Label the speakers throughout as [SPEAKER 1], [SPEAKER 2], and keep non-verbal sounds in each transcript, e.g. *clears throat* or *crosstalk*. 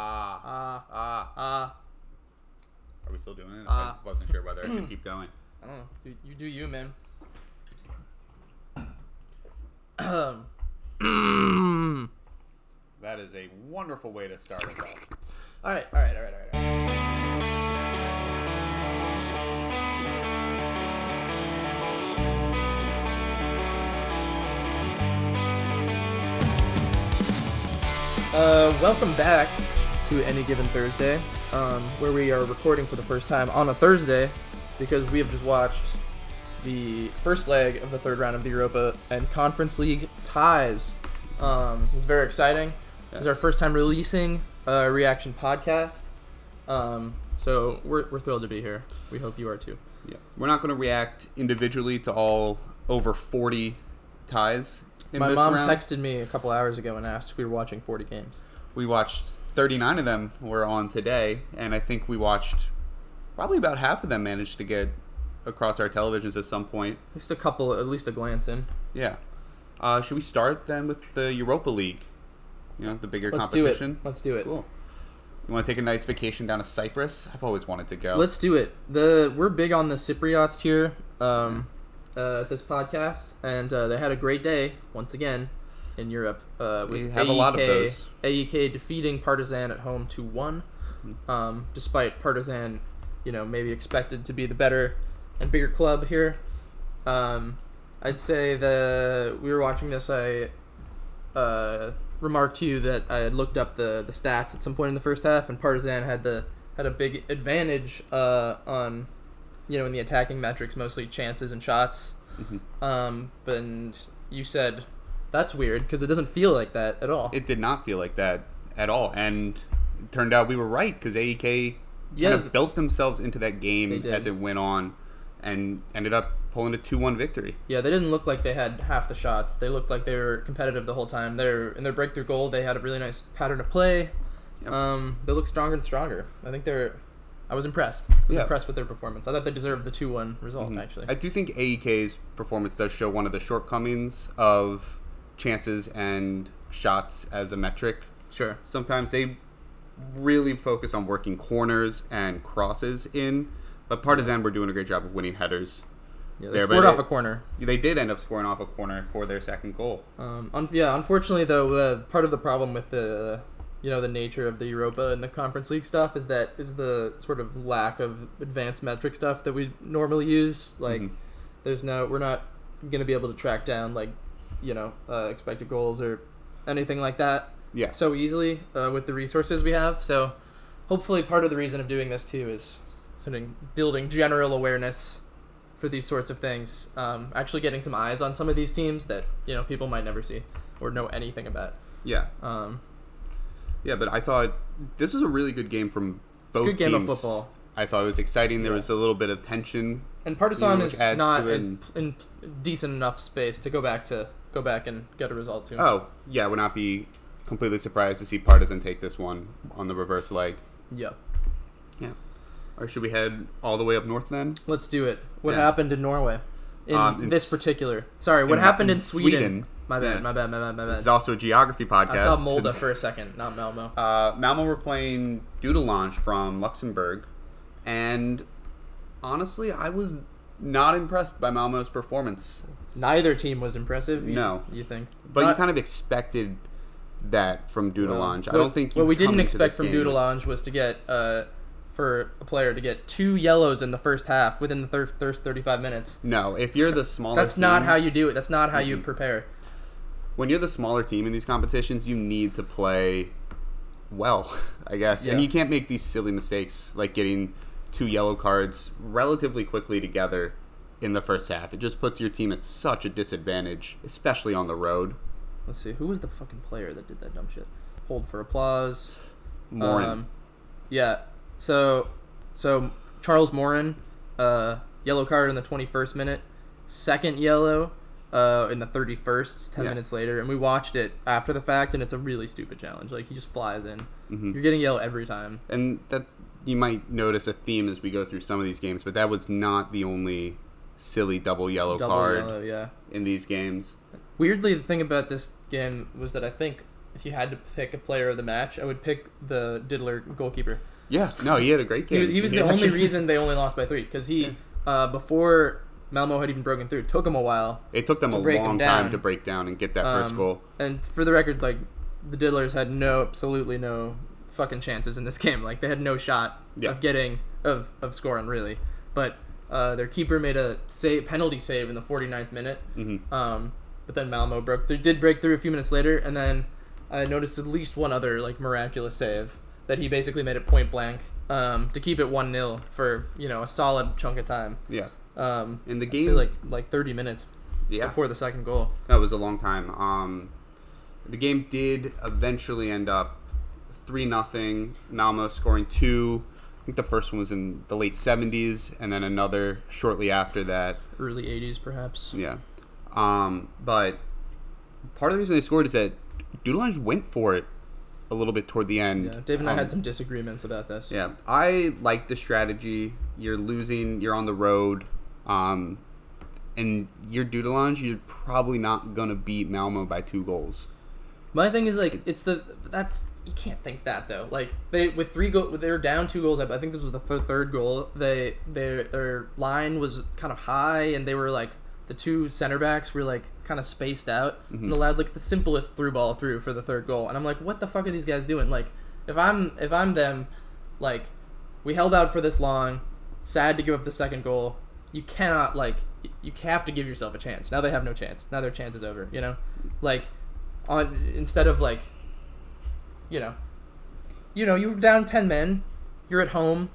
[SPEAKER 1] Ah.
[SPEAKER 2] Uh,
[SPEAKER 1] Ah.
[SPEAKER 2] uh,
[SPEAKER 1] Are we still doing it? I
[SPEAKER 2] Ah.
[SPEAKER 1] wasn't sure whether I *clears throat* should keep going.
[SPEAKER 2] I don't know. Dude, you do you, man. all
[SPEAKER 1] That is a wonderful way to start us off.
[SPEAKER 2] right, all right, all right, all right. All right. Uh, welcome back to Any Given Thursday, um, where we are recording for the first time on a Thursday because we have just watched the first leg of the third round of the Europa and Conference League ties. Um, it's very exciting. It's our
[SPEAKER 1] Yes.
[SPEAKER 2] first time releasing a reaction podcast. Um, so we're, we're thrilled to be here. We hope you are too.
[SPEAKER 1] Yeah. We're not going to react individually to all over 40 ties in
[SPEAKER 2] My
[SPEAKER 1] this
[SPEAKER 2] mom
[SPEAKER 1] round.
[SPEAKER 2] texted me a couple hours ago and asked if we were watching 40 games.
[SPEAKER 1] we watched 39 of them were on today, and I think we watched probably about half of them managed to get across our televisions at some point.
[SPEAKER 2] At least a couple, at least a glance in.
[SPEAKER 1] Yeah. Uh, should we start then with the Europa League? You know, the bigger
[SPEAKER 2] Let's do it.
[SPEAKER 1] competition.
[SPEAKER 2] Let's do it.
[SPEAKER 1] Cool. You want to take a nice vacation down to Cyprus? I've always wanted to go.
[SPEAKER 2] Let's do it. The we're big on the Cypriots here, um, uh, at this podcast, and uh, they had a great day once again in Europe. Uh, with
[SPEAKER 1] We have a lot of
[SPEAKER 2] AEK
[SPEAKER 1] those.
[SPEAKER 2] AEK E defeating Partizan at home two one,
[SPEAKER 1] Hmm.
[SPEAKER 2] um, despite Partizan, you know, maybe expected to be the better and bigger club here. Um, I'd say the we were watching this. I uh, remarked to you that I had looked up the the stats at some point in the first half, and Partizan had the had a big advantage uh, on you know in the attacking metrics, mostly chances and shots.
[SPEAKER 1] Mm-hmm.
[SPEAKER 2] Um, but and you said that's weird because it doesn't feel like that at all.
[SPEAKER 1] it did not feel like that at all and it turned out we were right because aek
[SPEAKER 2] Yeah.
[SPEAKER 1] kind of built themselves into that game
[SPEAKER 2] They did.
[SPEAKER 1] as it went on and ended up pulling a 2-1 victory
[SPEAKER 2] Yeah, they didn't look like they had half the shots. They looked like they were competitive the whole time. They're in their breakthrough goal. They had a really nice pattern of play.
[SPEAKER 1] Yep.
[SPEAKER 2] Um, they look stronger and stronger. I think they're. I was impressed. I was
[SPEAKER 1] Yeah. Mm-hmm.
[SPEAKER 2] impressed with their performance. I thought they deserved the two-one result. Actually,
[SPEAKER 1] i do think aek's performance does show one of the shortcomings of chances and shots as a metric
[SPEAKER 2] sure.
[SPEAKER 1] sometimes they really focus on working corners and crosses in but partizan were doing a great job of winning headers
[SPEAKER 2] Yeah, they
[SPEAKER 1] Yeah, but
[SPEAKER 2] scored off
[SPEAKER 1] it-
[SPEAKER 2] a corner.
[SPEAKER 1] they did end up scoring off a corner for their second goal
[SPEAKER 2] Um, un- yeah, unfortunately though, uh, part of the problem with the, you know, the nature of the Europa and the Conference League stuff is that is the sort of lack of advanced metric stuff that we normally use. Like,
[SPEAKER 1] Mhm.
[SPEAKER 2] there's no, we're not gonna be able to track down like, you know, uh, expected goals or anything like that
[SPEAKER 1] yeah
[SPEAKER 2] so easily uh, with the resources we have. So, hopefully, part of the reason of doing this too is sort of building general awareness for these sorts of things. Um, actually, getting some eyes on some of these teams that you know people might never see or know anything about.
[SPEAKER 1] yeah
[SPEAKER 2] Um,
[SPEAKER 1] Yeah, but I thought this was a really good game from both
[SPEAKER 2] Good game of
[SPEAKER 1] teams.
[SPEAKER 2] football.
[SPEAKER 1] I thought it was exciting. There
[SPEAKER 2] Yeah.
[SPEAKER 1] was a little bit of tension.
[SPEAKER 2] and Partizan
[SPEAKER 1] Yeah, which
[SPEAKER 2] is
[SPEAKER 1] adds
[SPEAKER 2] not
[SPEAKER 1] to it
[SPEAKER 2] in, in decent enough space to go back to go back and get a result too.
[SPEAKER 1] Oh, yeah, I would not be completely surprised to see Partisan take this one on the reverse leg.
[SPEAKER 2] Yeah,
[SPEAKER 1] Yeah. Or should we head all the way up north then?
[SPEAKER 2] let's do it. What
[SPEAKER 1] Yeah.
[SPEAKER 2] happened in Norway? In
[SPEAKER 1] Um, in
[SPEAKER 2] this
[SPEAKER 1] S-
[SPEAKER 2] particular, sorry, what
[SPEAKER 1] in-
[SPEAKER 2] happened
[SPEAKER 1] in
[SPEAKER 2] in Sweden?
[SPEAKER 1] Sweden.
[SPEAKER 2] My bad,
[SPEAKER 1] Yeah.
[SPEAKER 2] my bad, my bad, my bad.
[SPEAKER 1] This is also a geography podcast.
[SPEAKER 2] Uh, I saw Molda for a second, not Malmo.
[SPEAKER 1] *laughs* Uh, Malmo were playing Dudelange from Luxembourg, and honestly, I was not impressed by Malmo's performance.
[SPEAKER 2] Neither team was impressive. You,
[SPEAKER 1] No.
[SPEAKER 2] you think?
[SPEAKER 1] But you
[SPEAKER 2] Not-
[SPEAKER 1] kind of expected that from Dudelange. I
[SPEAKER 2] What-
[SPEAKER 1] don't think you
[SPEAKER 2] what we
[SPEAKER 1] come
[SPEAKER 2] didn't
[SPEAKER 1] into this
[SPEAKER 2] expect from
[SPEAKER 1] game-
[SPEAKER 2] Dudelange was to get uh, for a player to get two yellows in the first half within the thir- first thirty-five minutes.
[SPEAKER 1] No, if you're
[SPEAKER 2] *laughs*
[SPEAKER 1] the smaller
[SPEAKER 2] That's not
[SPEAKER 1] team-
[SPEAKER 2] how you do it. That's not how you prepare.
[SPEAKER 1] when you're the smaller team in these competitions, you need to play well, *laughs* I guess. And
[SPEAKER 2] Yeah.
[SPEAKER 1] you can't make these silly mistakes like getting two yellow cards relatively quickly together in the first half. It just puts your team at such a disadvantage, especially on the road.
[SPEAKER 2] Let's see who was the fucking player that did that dumb shit. Hold for applause.
[SPEAKER 1] Morin.
[SPEAKER 2] Um, yeah. So, so Charles Morin, uh, yellow card in the 21st minute, second yellow uh, in the 31st, 10
[SPEAKER 1] Yeah.
[SPEAKER 2] minutes later, and we watched it after the fact, and it's a really stupid challenge. Like he just flies in.
[SPEAKER 1] Mm-hmm.
[SPEAKER 2] You're getting yellow every time.
[SPEAKER 1] and that you might notice a theme as we go through some of these games, but that was not the only silly double yellow
[SPEAKER 2] Double
[SPEAKER 1] card
[SPEAKER 2] yellow, yeah.
[SPEAKER 1] in these games.
[SPEAKER 2] Weirdly, the thing about this game was that I think if you had to pick a player of the match, I would pick the diddler goalkeeper.
[SPEAKER 1] Yeah, no, he had a great
[SPEAKER 2] He,
[SPEAKER 1] game.
[SPEAKER 2] was- he was the
[SPEAKER 1] *laughs* actually-
[SPEAKER 2] only reason they only lost by three because he, uh, before Malmo had even broken through, it took him a while.
[SPEAKER 1] It took them a
[SPEAKER 2] break him
[SPEAKER 1] long
[SPEAKER 2] down.
[SPEAKER 1] time to break down and get that first
[SPEAKER 2] Um,
[SPEAKER 1] goal.
[SPEAKER 2] And for the record, like the diddlers had no, absolutely no fucking chances in this *laughs* game. Like they had no shot
[SPEAKER 1] Yeah.
[SPEAKER 2] of getting of of scoring really. But uh, their keeper made a save, penalty save in the 49th minute. Mm-hmm. Um, but then Malmo broke. They did break through a few minutes later, and then I noticed at least one other like miraculous save that he basically made it point blank um, to keep it one 0 for you know a solid chunk of time.
[SPEAKER 1] Yeah,
[SPEAKER 2] Um,
[SPEAKER 1] in the
[SPEAKER 2] I'd say,
[SPEAKER 1] game,
[SPEAKER 2] like like 30 minutes
[SPEAKER 1] yeah,
[SPEAKER 2] before the second goal.
[SPEAKER 1] that was a long time. Um, the game did eventually end up three nothing. Malmo scoring two. I think the first one was in the late seventies, and then another shortly after that.
[SPEAKER 2] Early 80s, perhaps.
[SPEAKER 1] Yeah, um, but part of the reason they scored is that Dudelange went for it a little bit toward the end.
[SPEAKER 2] Yeah, Dave and I
[SPEAKER 1] Um,
[SPEAKER 2] had some disagreements about this.
[SPEAKER 1] Yeah, I like the strategy. You're losing. You're on the road, um, and your Dudelange, you're probably not gonna beat Malmo by two goals.
[SPEAKER 2] My thing is like it's the that's you can't think that though. Like they with three goal they were down two goals. I think this was the th- third goal. They their their line was kind of high and they were like the two center backs were like kind of spaced out and allowed like the simplest through ball through for the third goal. And I'm like, what the fuck are these guys doing? Like if I'm if I'm them, like we held out for this long. Sad to give up the second goal. You cannot like y- you have to give yourself a chance. Now they have no chance. Now their chance is over. You know, like on instead of like you know you know you were down 10 men you're at home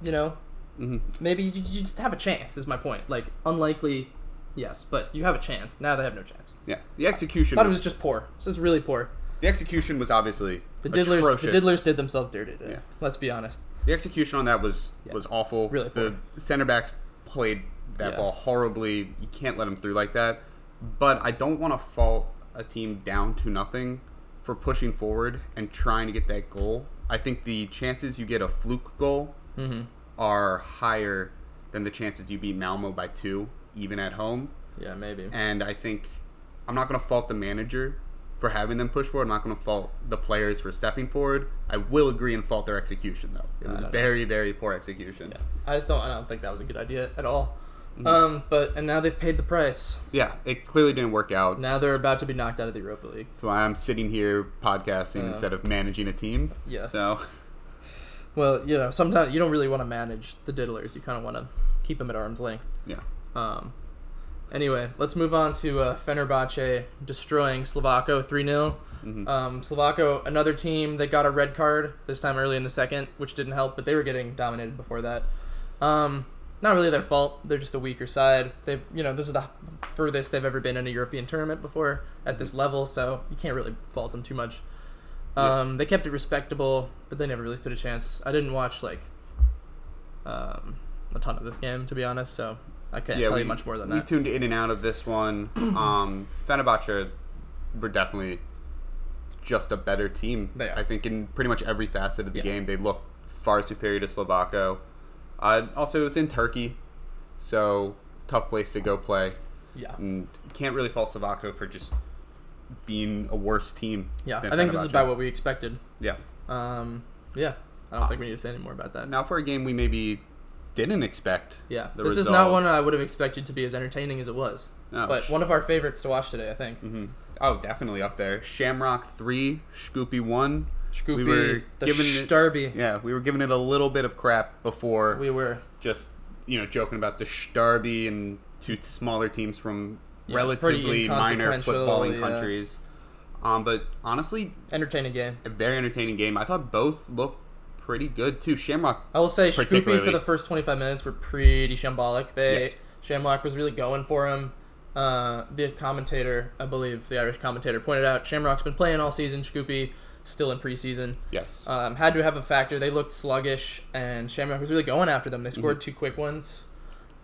[SPEAKER 2] you know
[SPEAKER 1] Mhm.
[SPEAKER 2] maybe you, you just have a chance is my point like unlikely yes but you have a chance now they have no chance
[SPEAKER 1] Yeah, the execution.
[SPEAKER 2] thought
[SPEAKER 1] Was,
[SPEAKER 2] it was just poor this is really poor
[SPEAKER 1] the execution was obviously
[SPEAKER 2] the diddlers the
[SPEAKER 1] atrocious.
[SPEAKER 2] diddlers did themselves dirty today.
[SPEAKER 1] Yeah.
[SPEAKER 2] let's be honest
[SPEAKER 1] The execution on that was was awful.
[SPEAKER 2] Really
[SPEAKER 1] the center backs played that
[SPEAKER 2] Yeah.
[SPEAKER 1] ball horribly. You can't let them through like that. But I don't want to fault a team down to nothing for pushing forward and trying to get that goal. I think the chances you get a fluke goal
[SPEAKER 2] Mm-hmm.
[SPEAKER 1] are higher than the chances you beat Malmo by two, even at home.
[SPEAKER 2] yeah maybe
[SPEAKER 1] And I think I'm not going to fault the manager for having them push forward. I'm not going to fault the players for stepping forward. I will agree and fault their execution, though. It was
[SPEAKER 2] I don't
[SPEAKER 1] very, very poor execution.
[SPEAKER 2] Uh, yeah i just don't i don't think that was a good idea at all um but and now they've paid the price
[SPEAKER 1] Yeah, it clearly didn't work out.
[SPEAKER 2] now they're about to be knocked out of the europa league
[SPEAKER 1] That's why I'm sitting here podcasting instead of managing a team.
[SPEAKER 2] Uh. Yeah.
[SPEAKER 1] So,
[SPEAKER 2] well you know sometimes you don't really want to manage the diddlers you kind of want to keep them at arm's length
[SPEAKER 1] yeah.
[SPEAKER 2] Um, anyway, let's move on to uh, Fenerbahce destroying Slovako 3 0.
[SPEAKER 1] Mm-hmm.
[SPEAKER 2] Um, Slovako, another team that got a red card, this time early in the second, which didn't help, but they were getting dominated before that. Um, not really their fault. They're just a weaker side. They, you know, this is the furthest they've ever been in a European tournament before at
[SPEAKER 1] Mm-hmm.
[SPEAKER 2] this level, so you can't really fault them too much.
[SPEAKER 1] Yeah.
[SPEAKER 2] Um, They kept it respectable, but they never really stood a chance. I didn't watch like um, a ton of this game, to be honest, so I can't
[SPEAKER 1] yeah,
[SPEAKER 2] tell
[SPEAKER 1] we,
[SPEAKER 2] you much more than
[SPEAKER 1] we
[SPEAKER 2] that.
[SPEAKER 1] tuned in and out of this
[SPEAKER 2] *clears throat*
[SPEAKER 1] one. um, Fenerbahce were definitely just a better team.
[SPEAKER 2] They are.
[SPEAKER 1] I think in pretty much every facet of the
[SPEAKER 2] Yeah.
[SPEAKER 1] game, they looked far superior to Slovako. Uh, also, it's in Turkey, so tough place to go play.
[SPEAKER 2] yeah,
[SPEAKER 1] And can't really fault Slovako for just being a worse team.
[SPEAKER 2] yeah.
[SPEAKER 1] than
[SPEAKER 2] I think this is
[SPEAKER 1] Fenerbahce.
[SPEAKER 2] about what we expected.
[SPEAKER 1] Yeah.
[SPEAKER 2] Um, yeah, I
[SPEAKER 1] Ah.
[SPEAKER 2] don't think we need to say any more about that.
[SPEAKER 1] Now for a game we maybe didn't expect.
[SPEAKER 2] Yeah,
[SPEAKER 1] the
[SPEAKER 2] this is not
[SPEAKER 1] result.
[SPEAKER 2] one I would have expected to be as entertaining as it was,
[SPEAKER 1] No.
[SPEAKER 2] but one of our favorites to watch today, I think.
[SPEAKER 1] Oh, definitely up there. Shamrock three, Scoopy one.
[SPEAKER 2] Scoopy,
[SPEAKER 1] We were
[SPEAKER 2] the
[SPEAKER 1] given it-
[SPEAKER 2] Starby.
[SPEAKER 1] Yeah, we were giving it a little bit of crap before.
[SPEAKER 2] We were
[SPEAKER 1] just you know joking about the Starby and two smaller teams from
[SPEAKER 2] Yeah, pretty
[SPEAKER 1] relatively minor
[SPEAKER 2] inconsequential,
[SPEAKER 1] footballing
[SPEAKER 2] yeah.
[SPEAKER 1] countries. Um, but honestly,
[SPEAKER 2] entertaining game.
[SPEAKER 1] a very entertaining game. I thought both looked pretty good too. Shamrock,
[SPEAKER 2] I will say, Scoopy for
[SPEAKER 1] Particularly.
[SPEAKER 2] the first 25 minutes were pretty shambolic. They
[SPEAKER 1] Yes.
[SPEAKER 2] Shamlock was really going for him. Uh, the commentator, I believe, the Irish commentator pointed out Shamrock's been playing all season. Scoopy still in preseason.
[SPEAKER 1] yes,
[SPEAKER 2] Um, had to have a factor. They looked sluggish, and Shamrock was really going after them. They
[SPEAKER 1] Mm-hmm.
[SPEAKER 2] scored two quick ones.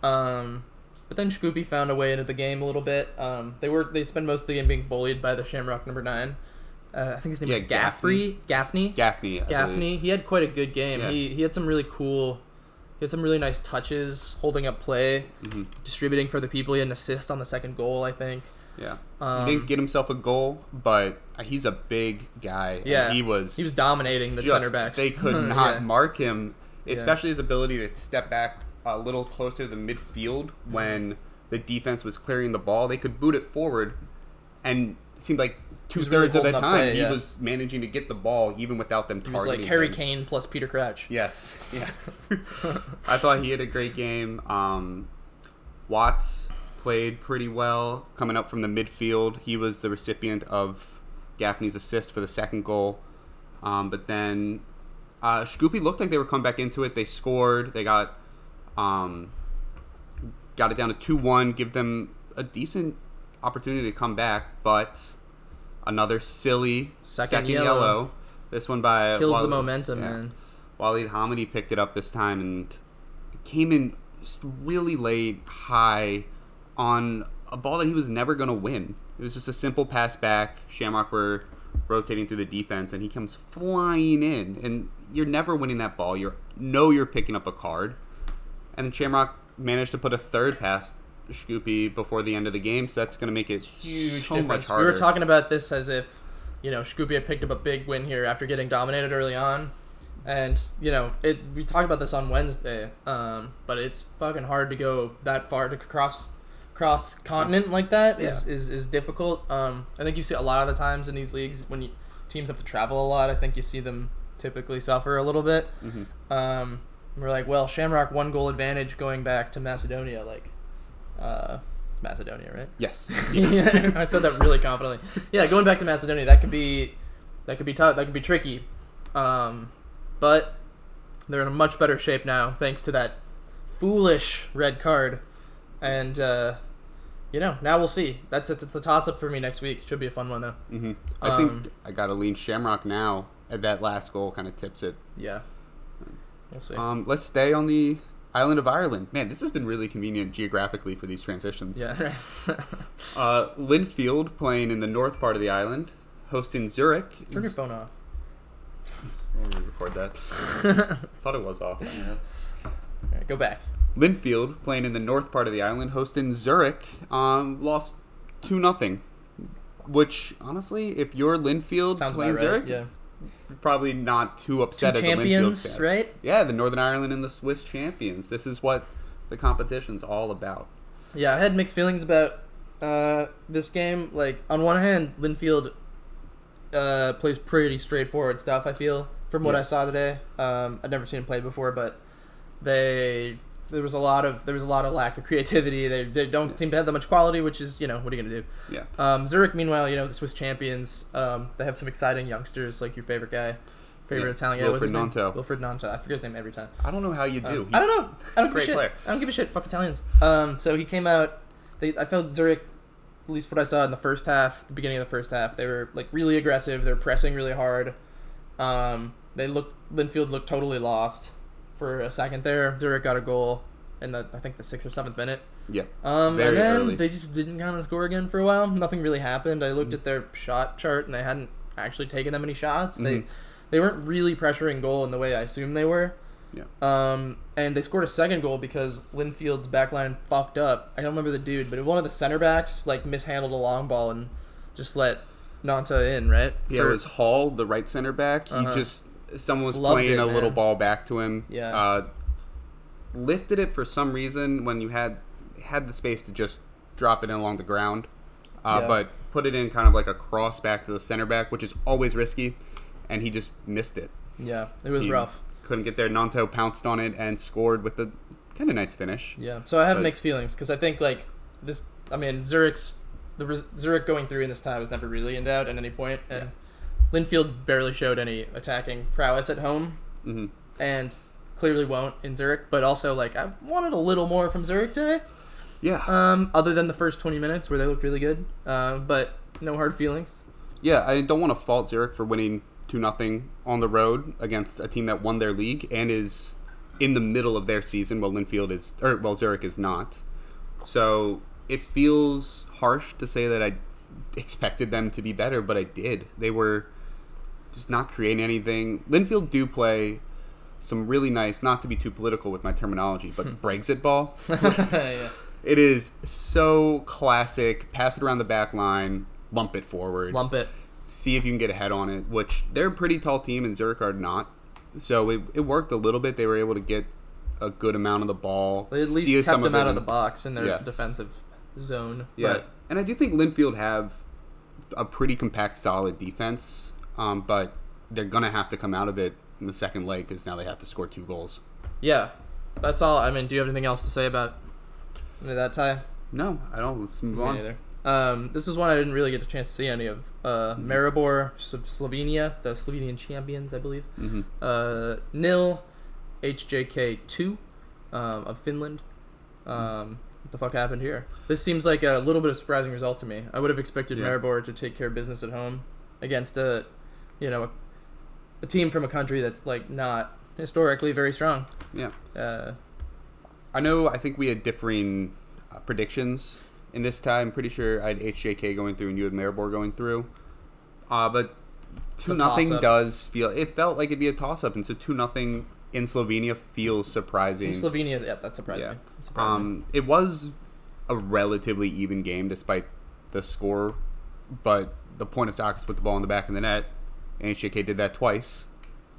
[SPEAKER 2] Um, but then Scoopy found a way into the game a little bit. Um, they were they spent most of the game being bullied by the Shamrock number nine. Uh, I think his name
[SPEAKER 1] Yeah,
[SPEAKER 2] was Gaffrey. Gaffney.
[SPEAKER 1] Gaffney. I believe.
[SPEAKER 2] Gaffney. He had quite a good game.
[SPEAKER 1] Yeah.
[SPEAKER 2] He, he had some really cool, he had some really
[SPEAKER 1] Mm-hmm.
[SPEAKER 2] nice touches, holding up play, distributing for the people. He had an assist on the second goal, I think.
[SPEAKER 1] Yeah.
[SPEAKER 2] Um,
[SPEAKER 1] he didn't get himself a goal, but he's a big guy. and
[SPEAKER 2] Yeah,
[SPEAKER 1] he was.
[SPEAKER 2] He was dominating the
[SPEAKER 1] just-
[SPEAKER 2] center backs. Hmm,
[SPEAKER 1] They could not
[SPEAKER 2] *laughs* Yeah.
[SPEAKER 1] mark him,
[SPEAKER 2] Yeah.
[SPEAKER 1] especially his ability to step back a little closer to the midfield
[SPEAKER 2] Hmm.
[SPEAKER 1] when the defense was clearing the ball. They could boot it forward, and it seemed like two
[SPEAKER 2] was really
[SPEAKER 1] thirds of
[SPEAKER 2] holding
[SPEAKER 1] the
[SPEAKER 2] up
[SPEAKER 1] time
[SPEAKER 2] play,
[SPEAKER 1] he
[SPEAKER 2] yeah.
[SPEAKER 1] was managing to get the ball even without them
[SPEAKER 2] He
[SPEAKER 1] targeting.
[SPEAKER 2] was like Harry
[SPEAKER 1] him.
[SPEAKER 2] Kane plus Peter Crouch.
[SPEAKER 1] Yes. Yeah. *laughs* I thought he had a great game. Um, Watts played pretty well coming up from the midfield. He was the recipient of Gaffney's assist for the second goal. Um, but then uh, Scoopy looked like they were coming back into it. They scored. They got um, got it down to two one. Give them a decent opportunity to come back, but another silly second,
[SPEAKER 2] Second yellow.
[SPEAKER 1] yellow. This one by
[SPEAKER 2] Kills the
[SPEAKER 1] Wal-
[SPEAKER 2] momentum,
[SPEAKER 1] yeah.
[SPEAKER 2] man.
[SPEAKER 1] Waleed Hamidi picked it up this time and came in s- really late, high, on a ball that he was never going to win. It was just a simple pass back. Shamrock were rotating through the defense, and he comes flying in. And you're never winning that ball. You know you're picking up a card. And then Shamrock managed to put a third pass to Scoopy before the end of the game, so that's going to make it
[SPEAKER 2] Huge
[SPEAKER 1] so much
[SPEAKER 2] difference.
[SPEAKER 1] harder.
[SPEAKER 2] We were talking about this as if, you know, Scoopy had picked up a big win here after getting dominated early on. And, you know, it we talked about this on Wednesday. Um, but it's fucking hard to go that far to cross cross continent like that is, is, is difficult. Um, I think you see a lot of the times in these leagues when you, teams have to travel a lot, I think you see them typically suffer a little bit.
[SPEAKER 1] Mm-hmm.
[SPEAKER 2] Um, we're like, well, Shamrock one goal advantage going back to Macedonia, like uh, Macedonia, right?
[SPEAKER 1] Yes.
[SPEAKER 2] Yeah, *laughs* I said that really confidently. Yeah, going back to Macedonia, that could be that could be tough. That could be tricky. Um, but they're in a much better shape now, thanks to that foolish red card. And uh, you know, now we'll see. That's it. It's a toss up for me next week. Should be a fun one though.
[SPEAKER 1] hmm I
[SPEAKER 2] Um,
[SPEAKER 1] think I got to lean Shamrock now. and That last goal kind of tips it
[SPEAKER 2] Yeah, we'll see.
[SPEAKER 1] Um, let's stay on the island of Ireland. Man, this has been really convenient geographically for these transitions.
[SPEAKER 2] yeah,
[SPEAKER 1] *laughs*
[SPEAKER 2] *laughs*
[SPEAKER 1] Uh, Linfield playing in the north part of the island, hosting Zurich.
[SPEAKER 2] turn your phone off.
[SPEAKER 1] Let me record
[SPEAKER 2] *laughs*
[SPEAKER 1] that. Thought it was off.
[SPEAKER 2] All right, go back.
[SPEAKER 1] Linfield playing in the north part of the island, hosting Zurich. Um, lost two nothing. Which honestly, if you're Linfield
[SPEAKER 2] Sounds
[SPEAKER 1] playing
[SPEAKER 2] about right,
[SPEAKER 1] Zurich,
[SPEAKER 2] yeah.
[SPEAKER 1] it's probably not too
[SPEAKER 2] Two
[SPEAKER 1] upset as a Linfield
[SPEAKER 2] champions,
[SPEAKER 1] fan.
[SPEAKER 2] right?
[SPEAKER 1] Yeah, the Northern Ireland and the Swiss champions. This is what the competition's all about.
[SPEAKER 2] Yeah, I had mixed feelings about uh, this game. Like on one hand, Linfield uh, plays pretty straightforward stuff. I feel from what
[SPEAKER 1] Yeah.
[SPEAKER 2] I saw today, um, I'd never seen him play before, but they there was a lot of there was a lot of lack of creativity. They they don't seem to have that much quality, which is you know what are you gonna do?
[SPEAKER 1] Yeah.
[SPEAKER 2] Um, Zurich, meanwhile, you know the Swiss champions. Um, they have some exciting youngsters like your favorite guy, favorite
[SPEAKER 1] Yeah,
[SPEAKER 2] Italian guy. what's his
[SPEAKER 1] Wilfried
[SPEAKER 2] name?
[SPEAKER 1] Nanto.
[SPEAKER 2] Wilfred Nanto. I forget his name every time.
[SPEAKER 1] Uh, I don't know how you do.
[SPEAKER 2] Um, I don't know. I don't give
[SPEAKER 1] Great
[SPEAKER 2] a shit.
[SPEAKER 1] player.
[SPEAKER 2] I don't give a shit. Fuck Italians. Um, so he came out. They, I felt Zurich, at least what I saw in the first half, the beginning of the first half, they were like really aggressive. They were pressing really hard. Um, they looked Linfield looked totally lost for a second there. Zurich got a goal in the I think the sixth or seventh minute.
[SPEAKER 1] Yeah.
[SPEAKER 2] Um,
[SPEAKER 1] Very
[SPEAKER 2] and then
[SPEAKER 1] early.
[SPEAKER 2] they just didn't kind of score again for a while. Nothing really happened. I looked at their shot chart and they hadn't actually taken that many shots. They
[SPEAKER 1] Mhm.
[SPEAKER 2] they weren't really pressuring goal in the way I assumed they were.
[SPEAKER 1] Yeah.
[SPEAKER 2] Um, and they scored a second goal because Linfield's backline fucked up. I don't remember the dude, but one of the center backs like mishandled a long ball and just let Nanta in, right?
[SPEAKER 1] Yeah,
[SPEAKER 2] For-
[SPEAKER 1] it was Hall, the right center back. He
[SPEAKER 2] Uh-huh.
[SPEAKER 1] just someone was
[SPEAKER 2] Flubbed
[SPEAKER 1] playing
[SPEAKER 2] it,
[SPEAKER 1] a little
[SPEAKER 2] man.
[SPEAKER 1] ball back to him.
[SPEAKER 2] Yeah.
[SPEAKER 1] Uh, lifted it for some reason when you had had the space to just drop it in along the ground, uh,
[SPEAKER 2] Yeah.
[SPEAKER 1] but put it in kind of like a cross back to the center back, which is always risky, and he just missed it.
[SPEAKER 2] yeah, it was
[SPEAKER 1] He
[SPEAKER 2] rough.
[SPEAKER 1] Couldn't get there. Nanto pounced on it and scored with a kind of nice finish.
[SPEAKER 2] Yeah. So I have
[SPEAKER 1] But-
[SPEAKER 2] mixed feelings because I think like this. I mean, Zurich's the res- Zurich going through in this time was never really in doubt at any point, and Linfield barely showed any attacking prowess at home,
[SPEAKER 1] hmm
[SPEAKER 2] and clearly won't in Zurich. But also like I wanted a little more from Zurich today.
[SPEAKER 1] Yeah.
[SPEAKER 2] Um, other than the first twenty minutes where they looked really good, um, but no
[SPEAKER 1] *laughs*
[SPEAKER 2] hard feelings. *laughs*
[SPEAKER 1] Yeah, I don't want to fault Zurich for winning two nothing on the road against a team that won their league and is in the middle of their season while Linfield is or well Zurich is not. So it feels harsh to say that I expected them to be better, but I did. They were just not creating anything. Linfield do play some really nice, not to be too political with my terminology, but Brexit ball.
[SPEAKER 2] yeah.
[SPEAKER 1] It is so classic. Pass it around the back line, lump it forward,
[SPEAKER 2] Lump it.
[SPEAKER 1] see if you can get ahead on it. Which they're a pretty tall team, and Zurich are not. So it, it worked a little bit. They were able to get a good amount of the ball.
[SPEAKER 2] They at least
[SPEAKER 1] steal
[SPEAKER 2] kept
[SPEAKER 1] some
[SPEAKER 2] them
[SPEAKER 1] it
[SPEAKER 2] out of
[SPEAKER 1] and-
[SPEAKER 2] the box in their
[SPEAKER 1] Yes.
[SPEAKER 2] defensive zone.
[SPEAKER 1] Yeah,
[SPEAKER 2] But
[SPEAKER 1] and I do think Linfield have a pretty compact, solid defense, um, but they're gonna have to come out of it in the second leg because now they have to score two goals.
[SPEAKER 2] yeah, that's all. I mean, do you have anything else to say about that tie?
[SPEAKER 1] No, I don't. Let's move
[SPEAKER 2] Me
[SPEAKER 1] on.
[SPEAKER 2] neither. Um, this is one I didn't really get a chance to see any of. Uh,
[SPEAKER 1] Mm-hmm.
[SPEAKER 2] Maribor of Slovenia, the Slovenian champions, I believe.
[SPEAKER 1] Mhm.
[SPEAKER 2] Uh, nil, HJK two, um, of Finland.
[SPEAKER 1] Mm-hmm.
[SPEAKER 2] Um, what the fuck happened here? This seems like a little bit of surprising result to me. I would have expected
[SPEAKER 1] Yeah.
[SPEAKER 2] Maribor to take care of business at home against a, you know, a, a team from a country that's like not historically very strong.
[SPEAKER 1] Yeah,
[SPEAKER 2] Uh,
[SPEAKER 1] I know. I think we had differing uh, predictions in this tie. I'm pretty sure I had HJK going through and you had Maribor going through. Uh, but two
[SPEAKER 2] The
[SPEAKER 1] nothing
[SPEAKER 2] toss-up.
[SPEAKER 1] does feel. It felt like it'd be a toss up, and so two nothing in Slovenia feels surprising.
[SPEAKER 2] Slovenia, yeah, that surprised
[SPEAKER 1] Mm. Yeah.
[SPEAKER 2] me. It surprised me.
[SPEAKER 1] Um, it was a relatively even game despite the score, but the point of soccer is put the ball in the back of the net, and HJK did that twice.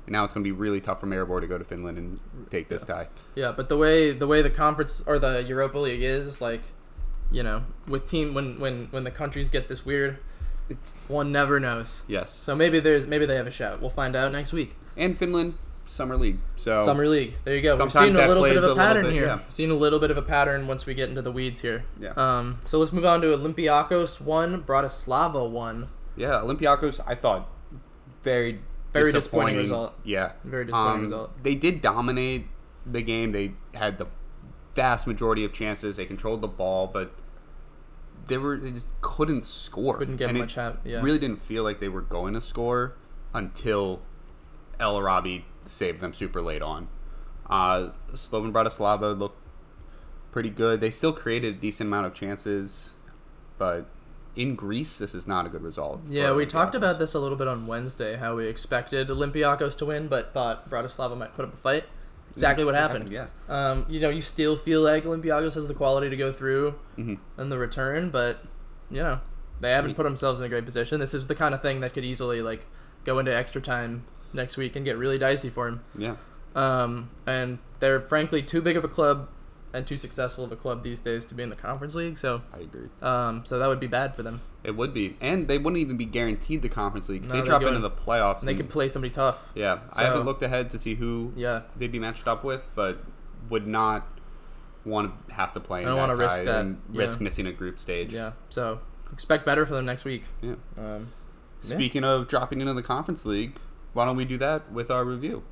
[SPEAKER 1] And now it's going to be really tough for Maribor to go to Finland and take this tie.
[SPEAKER 2] Yeah, but the way the way the conference or the Europa League is like, you know, with team when when when the countries get this weird,
[SPEAKER 1] It's
[SPEAKER 2] one never knows.
[SPEAKER 1] yes,
[SPEAKER 2] So maybe there's maybe they have a shout. We'll find out next week.
[SPEAKER 1] and Finland summer league. So
[SPEAKER 2] Summer league. There you go. We've
[SPEAKER 1] Oh. Sometimes
[SPEAKER 2] seen
[SPEAKER 1] that
[SPEAKER 2] a little bit
[SPEAKER 1] plays
[SPEAKER 2] of
[SPEAKER 1] a
[SPEAKER 2] a
[SPEAKER 1] little
[SPEAKER 2] pattern
[SPEAKER 1] bit,
[SPEAKER 2] here.
[SPEAKER 1] yeah.
[SPEAKER 2] Seen a little bit of a pattern once we get into the weeds here.
[SPEAKER 1] Yeah.
[SPEAKER 2] Um. So let's move on to Olympiacos one, Bratislava one.
[SPEAKER 1] yeah, Olympiacos. I thought very
[SPEAKER 2] Very disappointing result.
[SPEAKER 1] Yeah,
[SPEAKER 2] Very disappointing
[SPEAKER 1] Um,
[SPEAKER 2] result.
[SPEAKER 1] They did dominate the game. They had the vast majority of chances. They controlled the ball, but they were they just couldn't score.
[SPEAKER 2] Couldn't get
[SPEAKER 1] and
[SPEAKER 2] much out. Yeah.
[SPEAKER 1] Really didn't feel like they were going to score until El Arabi saved them super late on. Uh, Slovan Bratislava looked pretty good. They still created a decent amount of chances, but in Greece, this is not a good result.
[SPEAKER 2] Yeah,
[SPEAKER 1] for
[SPEAKER 2] we talked
[SPEAKER 1] Olympiacos.
[SPEAKER 2] about this a little bit on Wednesday, how we expected Olympiacos to win, but thought Bratislava might put up a fight. Exactly what happened.
[SPEAKER 1] Yeah.
[SPEAKER 2] Um, you know, you still feel like Olympiacos has the quality to go through in the return, but you know, they haven't put themselves in a great position. This is the kind of thing that could easily like go into extra time next week and get really dicey for him.
[SPEAKER 1] Yeah.
[SPEAKER 2] Um, and they're frankly too big of a club and too successful of a club these days to be in the conference league. So,
[SPEAKER 1] I agree.
[SPEAKER 2] um, so that would be bad for them.
[SPEAKER 1] It would be, and they wouldn't even be guaranteed the conference league 'cause
[SPEAKER 2] No,
[SPEAKER 1] they
[SPEAKER 2] they
[SPEAKER 1] drop
[SPEAKER 2] go
[SPEAKER 1] into
[SPEAKER 2] in-
[SPEAKER 1] the playoffs.
[SPEAKER 2] And they
[SPEAKER 1] and-
[SPEAKER 2] could play somebody tough.
[SPEAKER 1] yeah, I
[SPEAKER 2] so-
[SPEAKER 1] haven't looked ahead to see who
[SPEAKER 2] Yeah.
[SPEAKER 1] they'd be matched up with, but would not want to have to play.
[SPEAKER 2] I
[SPEAKER 1] in
[SPEAKER 2] don't
[SPEAKER 1] that
[SPEAKER 2] wanna risk
[SPEAKER 1] tie
[SPEAKER 2] that,
[SPEAKER 1] and
[SPEAKER 2] yeah.
[SPEAKER 1] risk missing a group stage.
[SPEAKER 2] Yeah. So expect better for them next week.
[SPEAKER 1] Yeah.
[SPEAKER 2] Um, Yeah.
[SPEAKER 1] Speaking of dropping into the conference league, why don't we do that with our review?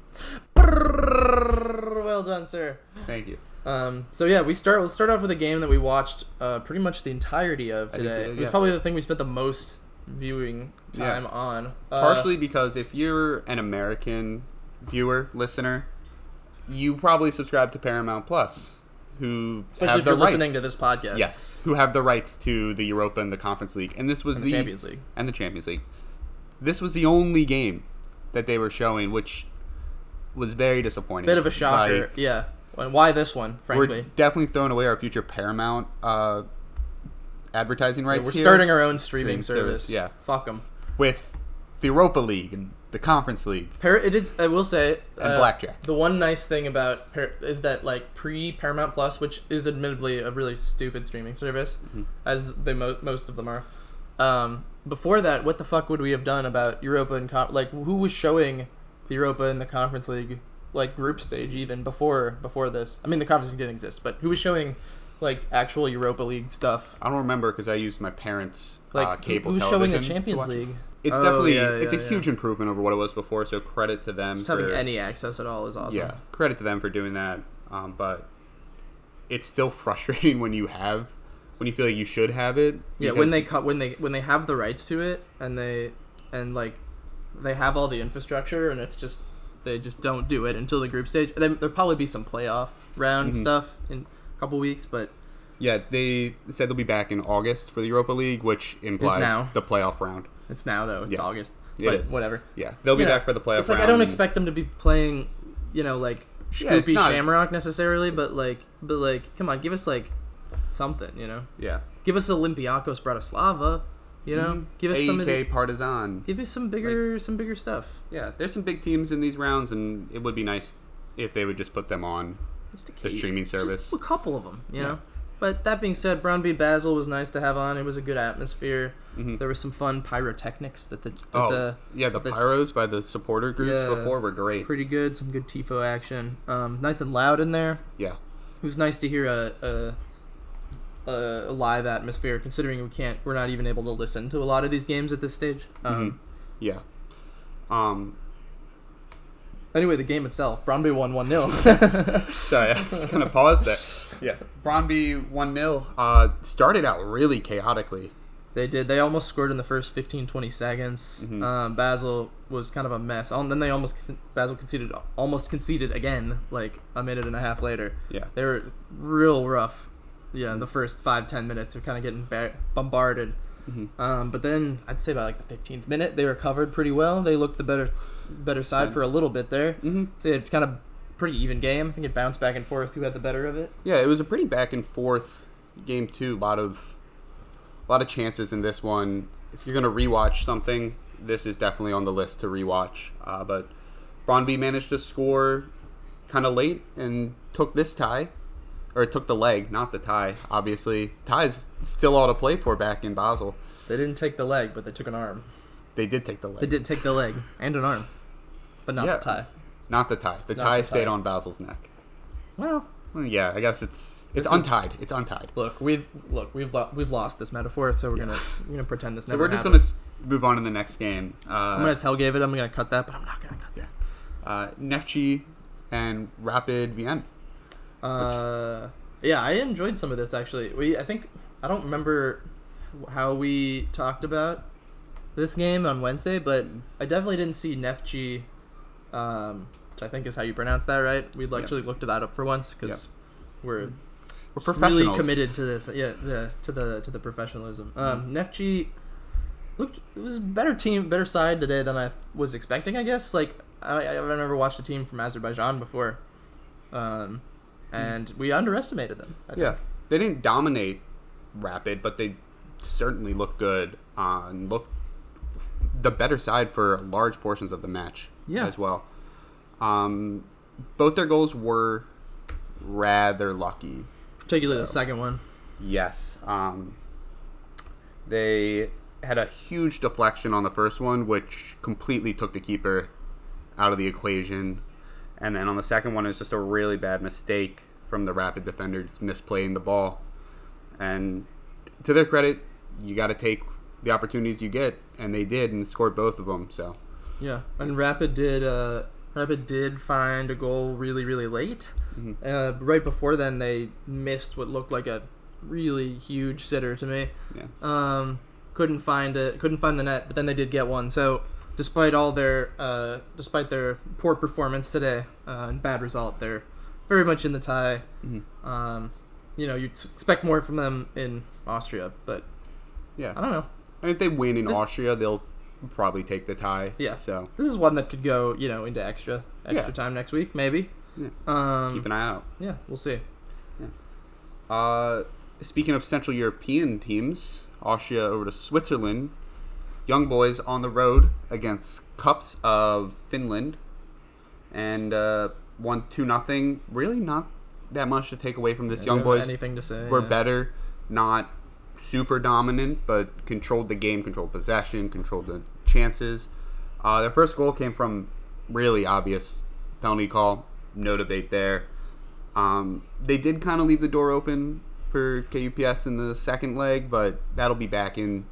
[SPEAKER 2] well done, sir.
[SPEAKER 1] Thank you.
[SPEAKER 2] Um, so yeah, we start. We'll start off with a game that we watched uh, pretty much the entirety of
[SPEAKER 1] I think we
[SPEAKER 2] today.
[SPEAKER 1] did,
[SPEAKER 2] It was
[SPEAKER 1] yeah.
[SPEAKER 2] probably the thing we spent the most viewing
[SPEAKER 1] Yeah.
[SPEAKER 2] time on. Uh,
[SPEAKER 1] Partially because if you're an American viewer listener, you probably subscribe to Paramount Plus, who
[SPEAKER 2] especially
[SPEAKER 1] have
[SPEAKER 2] if
[SPEAKER 1] the
[SPEAKER 2] you're listening
[SPEAKER 1] rights.
[SPEAKER 2] to this podcast.
[SPEAKER 1] Yes, who have the rights to the Europa and the Conference League, and this was
[SPEAKER 2] and
[SPEAKER 1] the,
[SPEAKER 2] the Champions League.
[SPEAKER 1] and the Champions League. This was the only game that they were showing, which was very disappointing.
[SPEAKER 2] Bit of a shocker.
[SPEAKER 1] Like,
[SPEAKER 2] yeah. And why this one?
[SPEAKER 1] we're
[SPEAKER 2] Frankly,
[SPEAKER 1] definitely throwing away our future Paramount uh, advertising
[SPEAKER 2] we're,
[SPEAKER 1] rights. here
[SPEAKER 2] starting our own streaming,
[SPEAKER 1] Streaming service,
[SPEAKER 2] service.
[SPEAKER 1] yeah.
[SPEAKER 2] Fuck them.
[SPEAKER 1] with the Europa League and the Conference League.
[SPEAKER 2] Par- it is. I will say. uh,
[SPEAKER 1] And blackjack.
[SPEAKER 2] The one nice thing about Par- is that like pre Paramount Plus, which is admittedly a really stupid streaming service,
[SPEAKER 1] Mm-hmm.
[SPEAKER 2] as they mo- most of them are. Um, before that, what the fuck would we have done about Europa and con- like who was showing the Europa and the Conference League like group stage even before before this? I mean, the Conference League didn't exist, but who was showing like actual Europa League stuff?
[SPEAKER 1] I don't remember because I used my parents'
[SPEAKER 2] Like
[SPEAKER 1] uh, cable
[SPEAKER 2] who was
[SPEAKER 1] television.
[SPEAKER 2] showing the
[SPEAKER 1] to
[SPEAKER 2] Champions
[SPEAKER 1] watch it.
[SPEAKER 2] League?
[SPEAKER 1] It's
[SPEAKER 2] Oh,
[SPEAKER 1] definitely
[SPEAKER 2] yeah,
[SPEAKER 1] it's a
[SPEAKER 2] yeah, yeah.
[SPEAKER 1] huge improvement over what it was before. So credit to them
[SPEAKER 2] Just
[SPEAKER 1] for
[SPEAKER 2] having any access at all is awesome.
[SPEAKER 1] yeah credit to them for doing that um, but it's still *laughs* frustrating when you have when you feel like you should have it
[SPEAKER 2] Yeah, when
[SPEAKER 1] because-
[SPEAKER 2] they cut when they when they have the rights to it and they and like they have all the infrastructure and it's just they just don't do it until the group stage. There- There'll probably be some playoff round
[SPEAKER 1] Mm-hmm.
[SPEAKER 2] stuff in a couple weeks, but
[SPEAKER 1] yeah they said they'll be back in august for the europa league which implies
[SPEAKER 2] now.
[SPEAKER 1] the playoff round
[SPEAKER 2] it's now though. It's
[SPEAKER 1] Yeah.
[SPEAKER 2] August.
[SPEAKER 1] It
[SPEAKER 2] but
[SPEAKER 1] is.
[SPEAKER 2] whatever.
[SPEAKER 1] yeah they'll be
[SPEAKER 2] Yeah.
[SPEAKER 1] back for the playoff
[SPEAKER 2] It's like I
[SPEAKER 1] round
[SPEAKER 2] don't
[SPEAKER 1] and-
[SPEAKER 2] expect them to be playing, you know, like
[SPEAKER 1] Yeah, it's
[SPEAKER 2] Scoopy
[SPEAKER 1] not-
[SPEAKER 2] Shamrock necessarily, but like but like come on, give us like something, you know.
[SPEAKER 1] Yeah.
[SPEAKER 2] Give us Olympiacos Bratislava, you know.
[SPEAKER 1] Mm-hmm.
[SPEAKER 2] Give us some of the,
[SPEAKER 1] AEK Partizan.
[SPEAKER 2] give us some bigger some bigger stuff.
[SPEAKER 1] Yeah, there's some big teams in these rounds, and it would be nice if they would just put them on.
[SPEAKER 2] Just a
[SPEAKER 1] The
[SPEAKER 2] key-
[SPEAKER 1] streaming
[SPEAKER 2] just
[SPEAKER 1] service.
[SPEAKER 2] a couple of them, you
[SPEAKER 1] Yeah.
[SPEAKER 2] know. But that being said, Brown v. Basel was nice to have on. It was a good atmosphere. There was some fun pyrotechnics that the, that
[SPEAKER 1] Mm-hmm. Oh,
[SPEAKER 2] the
[SPEAKER 1] yeah, the,
[SPEAKER 2] the-
[SPEAKER 1] pyros by the supporter groups
[SPEAKER 2] Yeah.
[SPEAKER 1] before were great.
[SPEAKER 2] pretty good. Some good tifo action. Um, nice and loud in there.
[SPEAKER 1] Yeah,
[SPEAKER 2] It was nice to hear a, a, a live atmosphere, considering we can't, we're not even able to listen to a lot of these games at this stage. Um,
[SPEAKER 1] yeah. *laughs* Um,
[SPEAKER 2] Anyway, the game itself, Bromby won one 0
[SPEAKER 1] Sorry, I just kind of paused there. Yeah. Bromby 1 0 uh, started out really chaotically.
[SPEAKER 2] They did. They almost scored in the first 15, 20 seconds. Um, Basel was kind of a mess. And then they almost con- Basel conceded almost conceded again, like a minute and a half later.
[SPEAKER 1] Yeah.
[SPEAKER 2] They were real rough. Yeah, the first five ten minutes are kind of getting ba- bombarded. Um, but then I'd say by like the fifteenth minute, they recovered pretty well. They looked the better better side for a little bit there. Mm-hmm. So it kind of pretty even game. I think it bounced back and forth. Who had the better of it?
[SPEAKER 1] Yeah, it was a pretty back and forth game, too. A lot of, a lot of chances in this one. If you're going to rewatch something, this is definitely on the list to rewatch. Uh, but Bromby managed to score kind of late and took this tie, or took the leg, not the tie, obviously. Tie's still all to play for back in Basel.
[SPEAKER 2] They didn't take the leg, but they took an arm.
[SPEAKER 1] They did take the leg.
[SPEAKER 2] They did take the leg and an arm, but not
[SPEAKER 1] Yeah.
[SPEAKER 2] the tie.
[SPEAKER 1] Not the tie. The
[SPEAKER 2] Not
[SPEAKER 1] tie
[SPEAKER 2] the
[SPEAKER 1] stayed
[SPEAKER 2] tie.
[SPEAKER 1] on Basil's neck.
[SPEAKER 2] Well,
[SPEAKER 1] Well, yeah, I guess it's it's
[SPEAKER 2] is-
[SPEAKER 1] untied. It's untied.
[SPEAKER 2] look, we've look we've lo- we've lost this metaphor, so we're gonna we're gonna pretend this
[SPEAKER 1] So
[SPEAKER 2] never
[SPEAKER 1] we're just
[SPEAKER 2] happened.
[SPEAKER 1] gonna s- move on to the next game. Uh,
[SPEAKER 2] I'm gonna tailgate it. I'm gonna cut that, but I'm not gonna cut
[SPEAKER 1] yeah, uh, Neftchi and Rapid Vienna.
[SPEAKER 2] that. Uh, yeah, I enjoyed some of this actually. We I think I don't remember how we talked about this game on Wednesday, but I definitely didn't see Nefchi, um, which I think is how you pronounce that, right? We'd
[SPEAKER 1] Yep.
[SPEAKER 2] actually looked that up for once because we're
[SPEAKER 1] We're
[SPEAKER 2] Just
[SPEAKER 1] professionals.
[SPEAKER 2] Really committed to this, yeah, the, to the to the professionalism. Um, Nefchi looked it was a better team, better side today than I was expecting. I guess like I, I- I've never watched a team from Azerbaijan before, um, and we underestimated them. I think.
[SPEAKER 1] Yeah, they didn't dominate Rapid, but they certainly looked good uh, and looked the better side for large portions of the match.
[SPEAKER 2] Yeah.
[SPEAKER 1] as well. Um, both their goals were rather lucky.
[SPEAKER 2] particularly the second one.
[SPEAKER 1] Yes. Um, they had a huge deflection on the first one, which completely took the keeper out of the equation. And then on the second one, it was just a really bad mistake from the rapid defender, just misplaying the ball. And to their credit, you got to take the opportunities you get, and they did, and scored both of them. So,
[SPEAKER 2] Yeah, and Rapid did. Uh, Rapid did find a goal really, really late. Uh, right before then, they missed what looked like a really huge sitter to me.
[SPEAKER 1] yeah.
[SPEAKER 2] Um, couldn't find it. Couldn't find the net, but then they did get one. So, despite all their, uh, despite their poor performance today uh, and bad result, they're very much in the tie.
[SPEAKER 1] Mm-hmm.
[SPEAKER 2] Um, you know, you t- expect more from them in Austria, but
[SPEAKER 1] Yeah.
[SPEAKER 2] I don't know.
[SPEAKER 1] And if they win in
[SPEAKER 2] This-
[SPEAKER 1] Austria, they'll probably take the tie.
[SPEAKER 2] Yeah.
[SPEAKER 1] So,
[SPEAKER 2] This is one that could go, you know, into extra extra
[SPEAKER 1] Yeah.
[SPEAKER 2] time next week, maybe.
[SPEAKER 1] Yeah.
[SPEAKER 2] Um,
[SPEAKER 1] keep an eye out.
[SPEAKER 2] yeah, we'll see.
[SPEAKER 1] Uh, speaking of Central European teams, Austria over to Switzerland. Young boys on the road against Cups of Finland, and uh, won two nothing. Really, not that much to take away from this.
[SPEAKER 2] Do you
[SPEAKER 1] Young
[SPEAKER 2] have
[SPEAKER 1] boys
[SPEAKER 2] anything to say?
[SPEAKER 1] were
[SPEAKER 2] Yeah.
[SPEAKER 1] better, not super dominant, but controlled the game, controlled possession, controlled the chances. Uh, their first goal came from really obvious penalty call. No debate there. Um, they did kind of leave the door open for KUPS in the second leg, but that'll be back in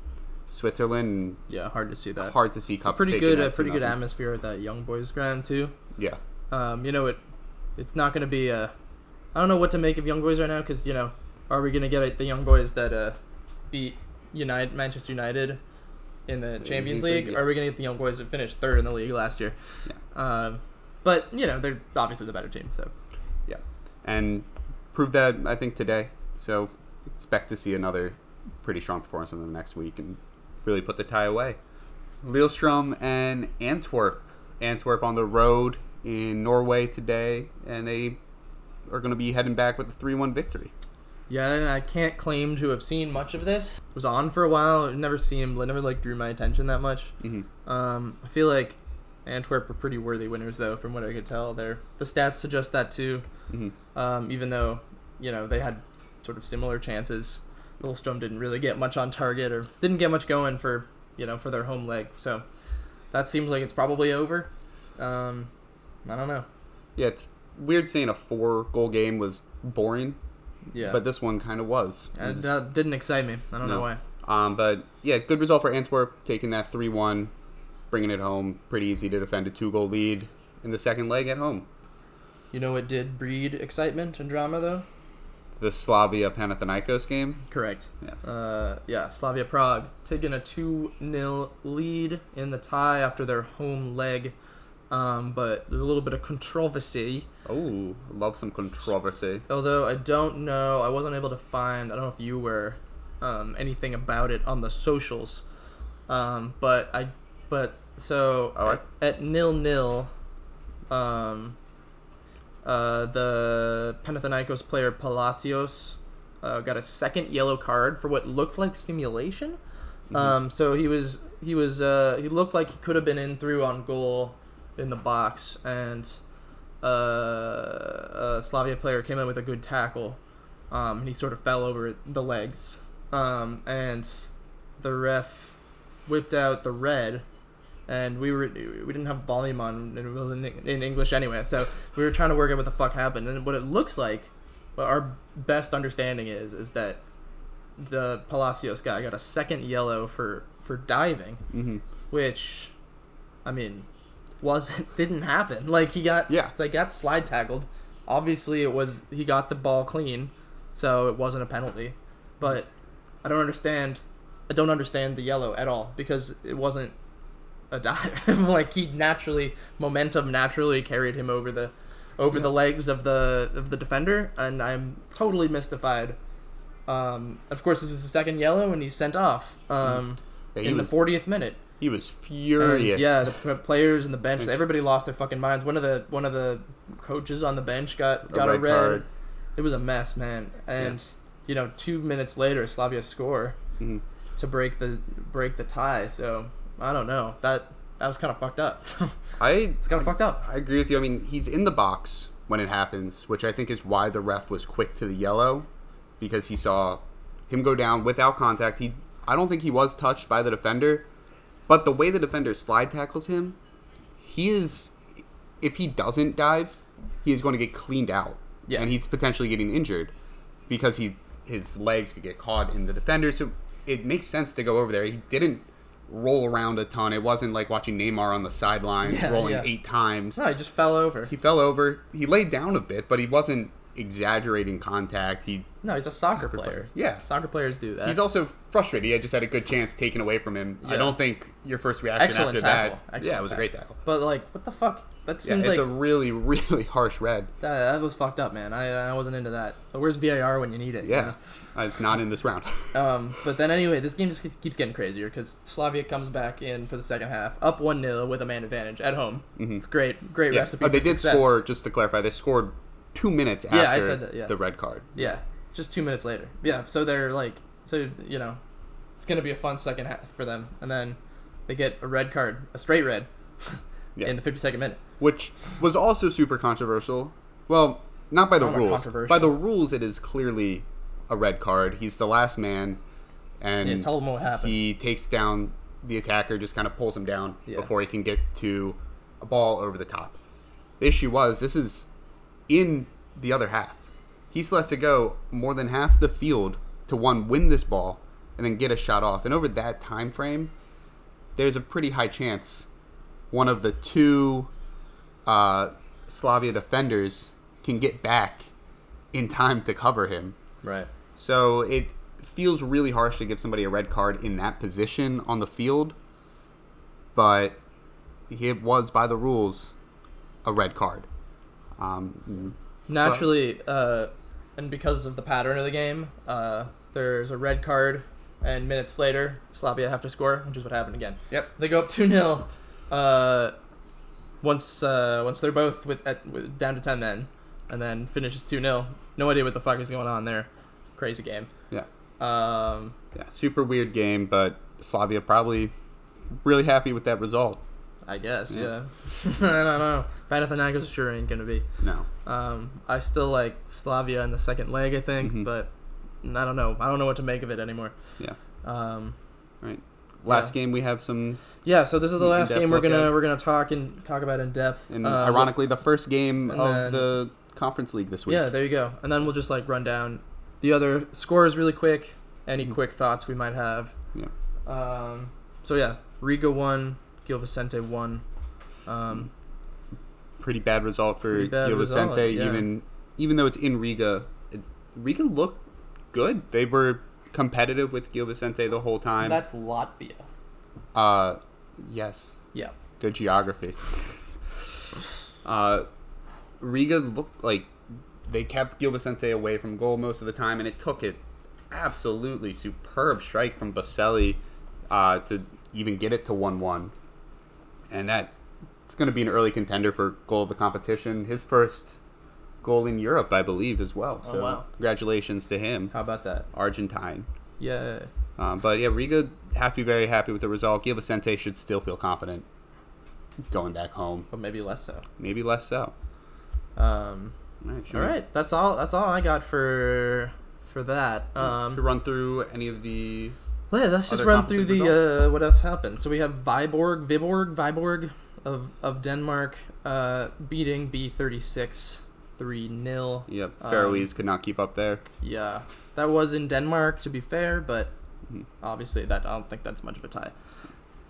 [SPEAKER 1] Switzerland.
[SPEAKER 2] Yeah, hard to see that.
[SPEAKER 1] And hard to see cups.
[SPEAKER 2] pretty
[SPEAKER 1] taking
[SPEAKER 2] good,
[SPEAKER 1] that
[SPEAKER 2] a pretty good
[SPEAKER 1] 2-0.
[SPEAKER 2] atmosphere at that young boys ground too.
[SPEAKER 1] Yeah,
[SPEAKER 2] um, you know it it's not going to be I I don't know what to make of young boys right now because you know are we going to get it- the young boys that uh, beat United Manchester United in the Champions
[SPEAKER 1] Champions
[SPEAKER 2] League?
[SPEAKER 1] League, yeah.
[SPEAKER 2] Or are we going to get the young boys that finished third in the league last year?
[SPEAKER 1] Yeah.
[SPEAKER 2] Um, but you know they're obviously the better team, so
[SPEAKER 1] yeah, and proved that I think today. So expect to see another pretty strong performance from them next week and really put the tie away. Lillestrøm and Antwerp. Antwerp on the road in Norway today, and they are going to be heading back with a three-one victory.
[SPEAKER 2] Yeah, and I can't claim to have seen much of this. It was on for a while. It never seemed, it never like drew my attention that much.
[SPEAKER 1] Mhm.
[SPEAKER 2] Um, I feel like Antwerp are pretty worthy winners though, from what I could tell. They're, the stats suggest that too.
[SPEAKER 1] Mhm.
[SPEAKER 2] Um, even though you know they had sort of similar chances, Lillestrøm didn't really get much on target or didn't get much going for you know for their home leg. So that seems like it's probably over. Um, I don't know.
[SPEAKER 1] Yeah, it's weird saying a four goal game was boring,
[SPEAKER 2] Yeah,
[SPEAKER 1] but this one kind of was. It
[SPEAKER 2] Uh,
[SPEAKER 1] was-
[SPEAKER 2] that didn't excite me. I don't know
[SPEAKER 1] No.
[SPEAKER 2] why.
[SPEAKER 1] Um, but yeah, good result for Antwerp, taking that 3 1, bringing it home. Pretty easy to defend a two goal lead in the second leg at home.
[SPEAKER 2] You know, it did breed excitement and drama though.
[SPEAKER 1] The Slavia Panathinaikos game.
[SPEAKER 2] Correct.
[SPEAKER 1] Yes.
[SPEAKER 2] Uh, yeah, Slavia Prague taking a 2 0 lead in the tie after their home leg. Um, but there's a little bit of controversy.
[SPEAKER 1] oh, love some controversy.
[SPEAKER 2] Although I don't know, I wasn't able to find, I don't know if you were, um, anything about it on the socials. Um, but I, but, so,
[SPEAKER 1] All right.
[SPEAKER 2] at, at nil nil, um, uh, the Panathinaikos player Palacios uh, got a second yellow card for what looked like simulation. Um, so he was he was uh, he looked like he could have been in through on goal in the box, and uh, a Slavia player came in with a good tackle, um, and he sort of fell over the legs, um, and the ref whipped out the red. And we were we didn't have volume on, and it was in, in English anyway. So we were trying to work out what the fuck happened, and what it looks like, what our best understanding is, is that the Palacios guy got a second yellow for for diving,
[SPEAKER 1] Mm-hmm.
[SPEAKER 2] which, I mean, wasn't *laughs* didn't happen. Like he got
[SPEAKER 1] Yeah.
[SPEAKER 2] like got slide tackled. Obviously, it was he got the ball clean, so it wasn't a penalty. But I don't understand. I don't understand the yellow at all because it wasn't a dive. *laughs* like he naturally momentum naturally carried him over the over the legs of the of the defender, and I'm totally mystified. Um, of course, this was the second yellow, and he's sent off um,
[SPEAKER 1] Yeah, he,
[SPEAKER 2] in
[SPEAKER 1] was,
[SPEAKER 2] the 40th minute.
[SPEAKER 1] he was
[SPEAKER 2] And,
[SPEAKER 1] furious.
[SPEAKER 2] Yeah, the p- players and the bench,
[SPEAKER 1] Like-
[SPEAKER 2] everybody lost their fucking minds. One of the one of the coaches on the bench got
[SPEAKER 1] A
[SPEAKER 2] got a
[SPEAKER 1] red
[SPEAKER 2] red.
[SPEAKER 1] card.
[SPEAKER 2] It was a mess, man. And you know, two minutes later, Slavia score
[SPEAKER 1] Mhm.
[SPEAKER 2] to break the break the tie. So I don't know. That that was kind of fucked up. *laughs*
[SPEAKER 1] I,
[SPEAKER 2] it's kind of fucked up.
[SPEAKER 1] I agree with you. I mean, he's in the box when it happens, which I think is why the ref was quick to the yellow because he saw him go down without contact. He I don't think he was touched by the defender, but the way the defender slide tackles him, he is if he doesn't dive, he is going to get cleaned out.
[SPEAKER 2] Yeah.
[SPEAKER 1] And he's potentially getting injured because he his legs could get caught in the defender. So it makes sense to go over there. He didn't roll around a ton. It wasn't like watching Neymar on the sidelines
[SPEAKER 2] Yeah,
[SPEAKER 1] rolling
[SPEAKER 2] yeah.
[SPEAKER 1] eight times
[SPEAKER 2] No, he just fell over.
[SPEAKER 1] he fell over. He laid down a bit, but he wasn't exaggerating contact. He
[SPEAKER 2] no, he's a soccer, player.
[SPEAKER 1] yeah.
[SPEAKER 2] Soccer players do that.
[SPEAKER 1] He's also frustrated. He had just had a good chance taken away from him. I
[SPEAKER 2] Yeah.
[SPEAKER 1] don't think your first reaction
[SPEAKER 2] excellent
[SPEAKER 1] after
[SPEAKER 2] tackle.
[SPEAKER 1] that.
[SPEAKER 2] Excellent
[SPEAKER 1] yeah, it was a great tackle.
[SPEAKER 2] But like, what the fuck? That
[SPEAKER 1] Yeah,
[SPEAKER 2] seems
[SPEAKER 1] it's
[SPEAKER 2] like
[SPEAKER 1] a really, *laughs* really harsh red.
[SPEAKER 2] that, that was fucked up, man. I I wasn't into that. But where's VAR when you need it? you
[SPEAKER 1] Yeah, Uh, it's not in this round.
[SPEAKER 2] Um, but then anyway, this game just keep- keeps getting crazier because Slavia comes back in for the second half, up one 0 with a man advantage at home. It's great,
[SPEAKER 1] *laughs*
[SPEAKER 2] great
[SPEAKER 1] Mm-hmm. yeah.
[SPEAKER 2] recipe.
[SPEAKER 1] Oh, they
[SPEAKER 2] for
[SPEAKER 1] did
[SPEAKER 2] success.
[SPEAKER 1] score. Just to clarify, they scored two minutes after
[SPEAKER 2] I said that, yeah.
[SPEAKER 1] the red card.
[SPEAKER 2] Yeah, just two minutes later. Yeah, so they're like, so you know, it's gonna be a fun second half for them, and then they get a red card, a straight red,
[SPEAKER 1] Yeah.
[SPEAKER 2] *laughs* in the fifty second minute.
[SPEAKER 1] which was also super controversial. Well, not by the
[SPEAKER 2] Not
[SPEAKER 1] rules.
[SPEAKER 2] controversial.
[SPEAKER 1] By the rules, it is clearly a red card. He's the last man, and
[SPEAKER 2] Yeah, tell them what happened.
[SPEAKER 1] he takes down the attacker, just kind of pulls him down
[SPEAKER 2] Yeah.
[SPEAKER 1] before he can get to a ball over the top. The issue was this is in the other half. He still has to go more than half the field to one win this ball and then get a shot off. And over that time frame, there's a pretty high chance one of the two uh, Slavia defenders can get back in time to cover him.
[SPEAKER 2] right.
[SPEAKER 1] So it feels really harsh to give somebody a red card in that position on the field, but it was by the rules a red card. Um,
[SPEAKER 2] Naturally, uh, and because of the pattern of the game, uh, there's a red card, and minutes later, Slavia have to score, which is what happened again.
[SPEAKER 1] Yep.
[SPEAKER 2] They go up 2 0. Uh, once uh, once they're both with, at, with down to 10 men, and then finishes 2 0. No idea what the fuck is going on there. crazy game.
[SPEAKER 1] Yeah.
[SPEAKER 2] Um,
[SPEAKER 1] Yeah, super weird game, but Slavia probably really happy with that result.
[SPEAKER 2] I guess, yeah. *laughs* I don't know. Panathinaikos sure ain't gonna be.
[SPEAKER 1] No.
[SPEAKER 2] Um, I still like Slavia in the second leg, I think,
[SPEAKER 1] Mhm.
[SPEAKER 2] but I don't know. I don't know what to make of it anymore.
[SPEAKER 1] Yeah.
[SPEAKER 2] Um,
[SPEAKER 1] Right. Last game we have some,
[SPEAKER 2] yeah, so this is the
[SPEAKER 1] In-
[SPEAKER 2] last
[SPEAKER 1] in-depth
[SPEAKER 2] game we're
[SPEAKER 1] look at
[SPEAKER 2] gonna
[SPEAKER 1] it.
[SPEAKER 2] we're gonna talk and talk about in depth.
[SPEAKER 1] and
[SPEAKER 2] Um,
[SPEAKER 1] ironically, the first game
[SPEAKER 2] and
[SPEAKER 1] of
[SPEAKER 2] then-
[SPEAKER 1] the Conference League this week.
[SPEAKER 2] yeah, there you go. And then we'll just like run down the other scores really quick. Any
[SPEAKER 1] Mm-hmm.
[SPEAKER 2] quick thoughts we might have?
[SPEAKER 1] Yeah.
[SPEAKER 2] Um, so yeah, Riga one, Gil Vicente one. Um,
[SPEAKER 1] Pretty bad result for
[SPEAKER 2] Pretty bad
[SPEAKER 1] Gil
[SPEAKER 2] result,
[SPEAKER 1] Vicente,
[SPEAKER 2] yeah.
[SPEAKER 1] even even though it's in Riga. It, Riga looked good. They were competitive with Gil Vicente the whole time.
[SPEAKER 2] that's Latvia.
[SPEAKER 1] uh, yes.
[SPEAKER 2] Yeah.
[SPEAKER 1] good geography. uh, Riga looked like they kept Gil Vicente away from goal most of the time, and it took it absolutely superb strike from Baselli uh, to even get it to one one, and that it's going to be an early contender for goal of the competition. His first goal in Europe, I believe, as well.
[SPEAKER 2] Oh,
[SPEAKER 1] So
[SPEAKER 2] wow.
[SPEAKER 1] congratulations to him,
[SPEAKER 2] How about that?
[SPEAKER 1] Argentine.
[SPEAKER 2] Yeah.
[SPEAKER 1] Um, but yeah, Riga has to be very happy with the result. Gil Vicente should still feel confident going back home.
[SPEAKER 2] But maybe less so.
[SPEAKER 1] Maybe less so.
[SPEAKER 2] Um,
[SPEAKER 1] All right. Should,
[SPEAKER 2] all right, that's all. That's all I got for for that.
[SPEAKER 1] We,
[SPEAKER 2] Um,
[SPEAKER 1] should run through any of the.
[SPEAKER 2] Yeah, let's just
[SPEAKER 1] Mm, Other
[SPEAKER 2] run through
[SPEAKER 1] composite
[SPEAKER 2] the uh, what else happened. So we have Viborg, Viborg, Viborg of of Denmark uh, beating B thirty six three 0
[SPEAKER 1] Yep. Faroese could not keep up there.
[SPEAKER 2] Yeah, that was in Denmark to be fair, but
[SPEAKER 1] Mhm.
[SPEAKER 2] obviously that I don't think that's much of a tie.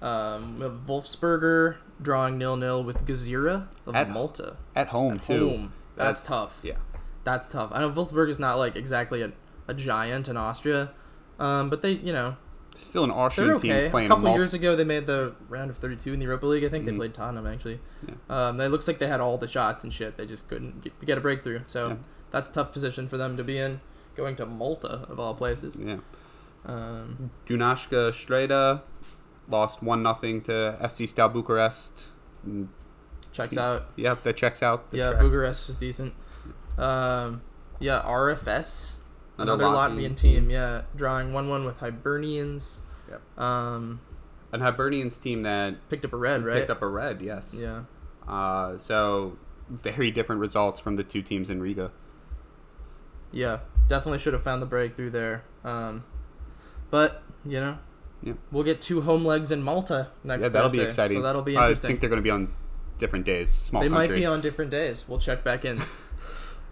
[SPEAKER 2] Um, we have Wolfsberger drawing nil nil with Gazira of
[SPEAKER 1] At-
[SPEAKER 2] Malta.
[SPEAKER 1] At home too.
[SPEAKER 2] Boom. That's, tough.
[SPEAKER 1] Yeah.
[SPEAKER 2] That's tough. I know Wolfsburg is not like exactly a, a giant in Austria, um, but they you know
[SPEAKER 1] Still an
[SPEAKER 2] they're
[SPEAKER 1] Austrian
[SPEAKER 2] okay.
[SPEAKER 1] team
[SPEAKER 2] A
[SPEAKER 1] playing
[SPEAKER 2] couple
[SPEAKER 1] Mal-
[SPEAKER 2] years ago, they made the round of 32 in the Europa League. I think they
[SPEAKER 1] Mhm.
[SPEAKER 2] played Tottenham actually. Um, it looks like they had all the shots and shit. They just couldn't get- get a breakthrough. So
[SPEAKER 1] Yeah.
[SPEAKER 2] that's a tough position for them to be in. Going to Malta of all places.
[SPEAKER 1] Yeah. Mm.
[SPEAKER 2] Um,
[SPEAKER 1] Dunashka Streda lost one nothing to FC Stal Bucharest. Mm,
[SPEAKER 2] checks
[SPEAKER 1] Yeah.
[SPEAKER 2] out.
[SPEAKER 1] Yep, that checks out. That
[SPEAKER 2] yeah,
[SPEAKER 1] tracks.
[SPEAKER 2] Bucharest is decent. Um, yeah, RFS,
[SPEAKER 1] Another
[SPEAKER 2] another,
[SPEAKER 1] Latvian
[SPEAKER 2] Latvian, team. Yeah, drawing one-one with Hibernians.
[SPEAKER 1] Yep.
[SPEAKER 2] Um,
[SPEAKER 1] An Hibernians team that
[SPEAKER 2] picked up a red, right?
[SPEAKER 1] picked up a red. Yes.
[SPEAKER 2] Yeah.
[SPEAKER 1] Uh, so very different results from the two teams in Riga.
[SPEAKER 2] Yeah, definitely should have found the breakthrough there. Um, but you know,
[SPEAKER 1] Yeah.
[SPEAKER 2] we'll get two home legs in Malta next.
[SPEAKER 1] yeah, that'll be
[SPEAKER 2] Thursday,
[SPEAKER 1] exciting. Uh,
[SPEAKER 2] So that'll be
[SPEAKER 1] I
[SPEAKER 2] interesting.
[SPEAKER 1] think they're going to be on different days. Small
[SPEAKER 2] they might
[SPEAKER 1] country.
[SPEAKER 2] be on different days. We'll check back
[SPEAKER 1] *laughs*
[SPEAKER 2] in.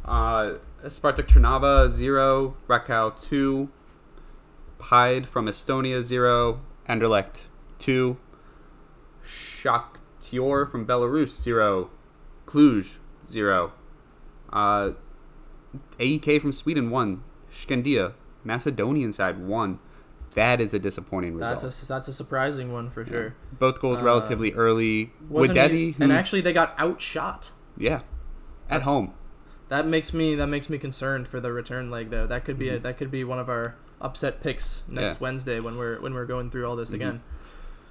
[SPEAKER 1] Uh, Spartak Trnava zero, Rakow two, Pied from Estonia zero, Anderlecht two, Shakhtar from Belarus zero, Cluj zero, uh, AEK from Sweden one, Skandia Macedonian side one. That is a disappointing result.
[SPEAKER 2] that's a that's a surprising one for sure.
[SPEAKER 1] Both goals
[SPEAKER 2] uh,
[SPEAKER 1] relatively early.
[SPEAKER 2] Wasn't
[SPEAKER 1] Wededi,
[SPEAKER 2] it-
[SPEAKER 1] who's-
[SPEAKER 2] and actually they got outshot.
[SPEAKER 1] yeah, at home.
[SPEAKER 2] That makes me that makes me concerned for the return leg though. That could be a, that could be one of our upset picks next
[SPEAKER 1] Mm-hmm. Yeah. Mm-hmm.
[SPEAKER 2] Wednesday when we're when we're going through all this again.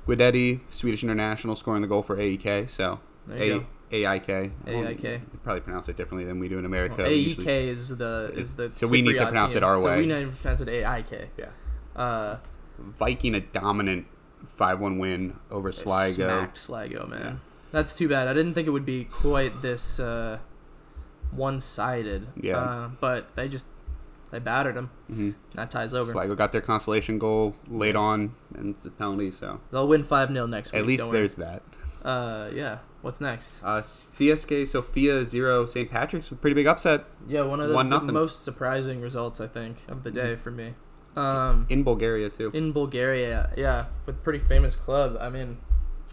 [SPEAKER 1] Guidetti, Swedish international, scoring the goal for AEK. So
[SPEAKER 2] There you
[SPEAKER 1] A
[SPEAKER 2] go.
[SPEAKER 1] A I K.
[SPEAKER 2] AIK.
[SPEAKER 1] They probably pronounce it differently than we do in America. uh, We
[SPEAKER 2] AEK
[SPEAKER 1] usually-
[SPEAKER 2] E is the is the
[SPEAKER 1] So we need to
[SPEAKER 2] Cypriot
[SPEAKER 1] pronounce it
[SPEAKER 2] team.
[SPEAKER 1] our
[SPEAKER 2] So
[SPEAKER 1] way.
[SPEAKER 2] we need to pronounce it AIK.
[SPEAKER 1] Yeah.
[SPEAKER 2] Uh,
[SPEAKER 1] Viking a dominant five-one win over Sligo.
[SPEAKER 2] Smacked Sligo, man.
[SPEAKER 1] Yeah.
[SPEAKER 2] That's too bad. I didn't think it would be quite this uh, one-sided.
[SPEAKER 1] Yeah.
[SPEAKER 2] Uh, but they just they battered him.
[SPEAKER 1] Mhm.
[SPEAKER 2] That ties over.
[SPEAKER 1] Sligo got their consolation goal late on, and it's a penalty. So
[SPEAKER 2] They'll win five 0 next week.
[SPEAKER 1] at least
[SPEAKER 2] don't worry.
[SPEAKER 1] there's that.
[SPEAKER 2] Uh, yeah. What's next?
[SPEAKER 1] Uh, CSK Sofia zero St. Patrick's a pretty big upset
[SPEAKER 2] Yeah, one of the,
[SPEAKER 1] One
[SPEAKER 2] the
[SPEAKER 1] nothing.
[SPEAKER 2] most surprising results I think of the day for me. Um,
[SPEAKER 1] Mm-hmm. in Bulgaria too.
[SPEAKER 2] in Bulgaria, yeah, with pretty famous club. I mean,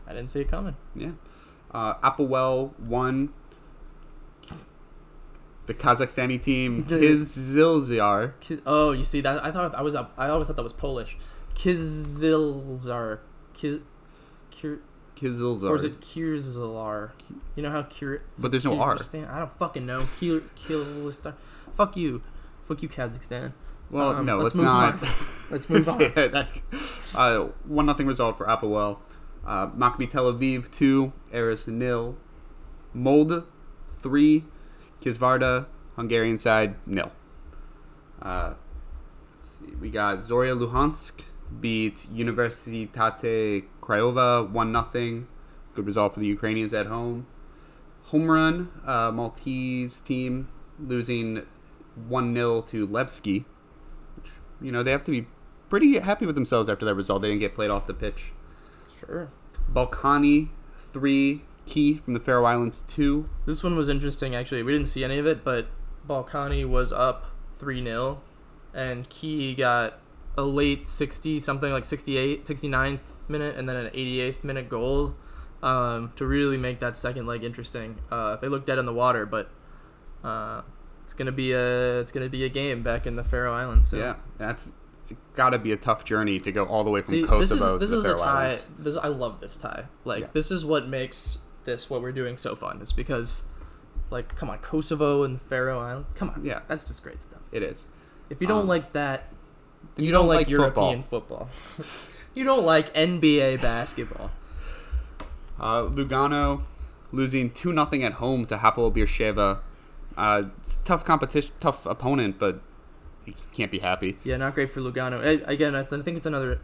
[SPEAKER 2] I didn't see it coming.
[SPEAKER 1] Yeah. Uh, Applewell won. The Kazakhstani team, his Zilziar.
[SPEAKER 2] Ki- Oh, you see that? I thought I was up. I always thought that was Polish. Kizilzar, Kiz, Kir,
[SPEAKER 1] Kizilzar.
[SPEAKER 2] or is it Kirzilar? You know how Kir.
[SPEAKER 1] But there's no R.
[SPEAKER 2] Kyrgyzstan- I don't fucking know. Kir, Kirlistar. Fuck you, fuck you, Kazakhstan.
[SPEAKER 1] Well,
[SPEAKER 2] Um,
[SPEAKER 1] no, let's,
[SPEAKER 2] let's move
[SPEAKER 1] not.
[SPEAKER 2] on. Let's move on.
[SPEAKER 1] *laughs* Yeah, that- uh, one nothing result for Applewell. Uh, Maccabi Tel Aviv two, Eris nil, Molde three, Kisvarda Hungarian side nil. Uh, see, we got Zoria Luhansk beat Universitate Craiova 1 0. Good result for the Ukrainians at home. Home run, uh, Maltese team losing 1 0 to Levski. Which, you know, they have to be pretty happy with themselves after that result. They didn't get played off the pitch.
[SPEAKER 2] Sure.
[SPEAKER 1] Balkani 3, Key from the Faroe Islands 2.
[SPEAKER 2] This one was interesting, actually. We didn't see any of it, but Balkani was up 3 0, and Key got a late 60, something like 68, 69th minute, and then an 88th minute goal um, to really make that second leg interesting. Uh, they looked dead in the water, but. Uh, it's gonna be a it's gonna be a game back in the Faroe Islands. So.
[SPEAKER 1] Yeah, that's got to be a tough journey to go all the way from
[SPEAKER 2] See, this
[SPEAKER 1] Kosovo
[SPEAKER 2] is this
[SPEAKER 1] to the
[SPEAKER 2] is a
[SPEAKER 1] Faroe
[SPEAKER 2] tie.
[SPEAKER 1] Islands.
[SPEAKER 2] This, I love this tie. Like
[SPEAKER 1] Yeah.
[SPEAKER 2] this is what makes this what we're doing so fun. Is because, like, come on, Kosovo and the Faroe Islands. Come on,
[SPEAKER 1] Yeah.
[SPEAKER 2] that's just great stuff.
[SPEAKER 1] It is.
[SPEAKER 2] If you don't
[SPEAKER 1] Um,
[SPEAKER 2] like that,
[SPEAKER 1] You,
[SPEAKER 2] you don't, like, European football. *laughs* you don't like NBA basketball.
[SPEAKER 1] Uh, Lugano losing two nothing at home to Hapoel Beersheva. Uh, it's tough competition, tough opponent, but he can't be happy.
[SPEAKER 2] Yeah, not great for Lugano. I, again, I, th- I think it's another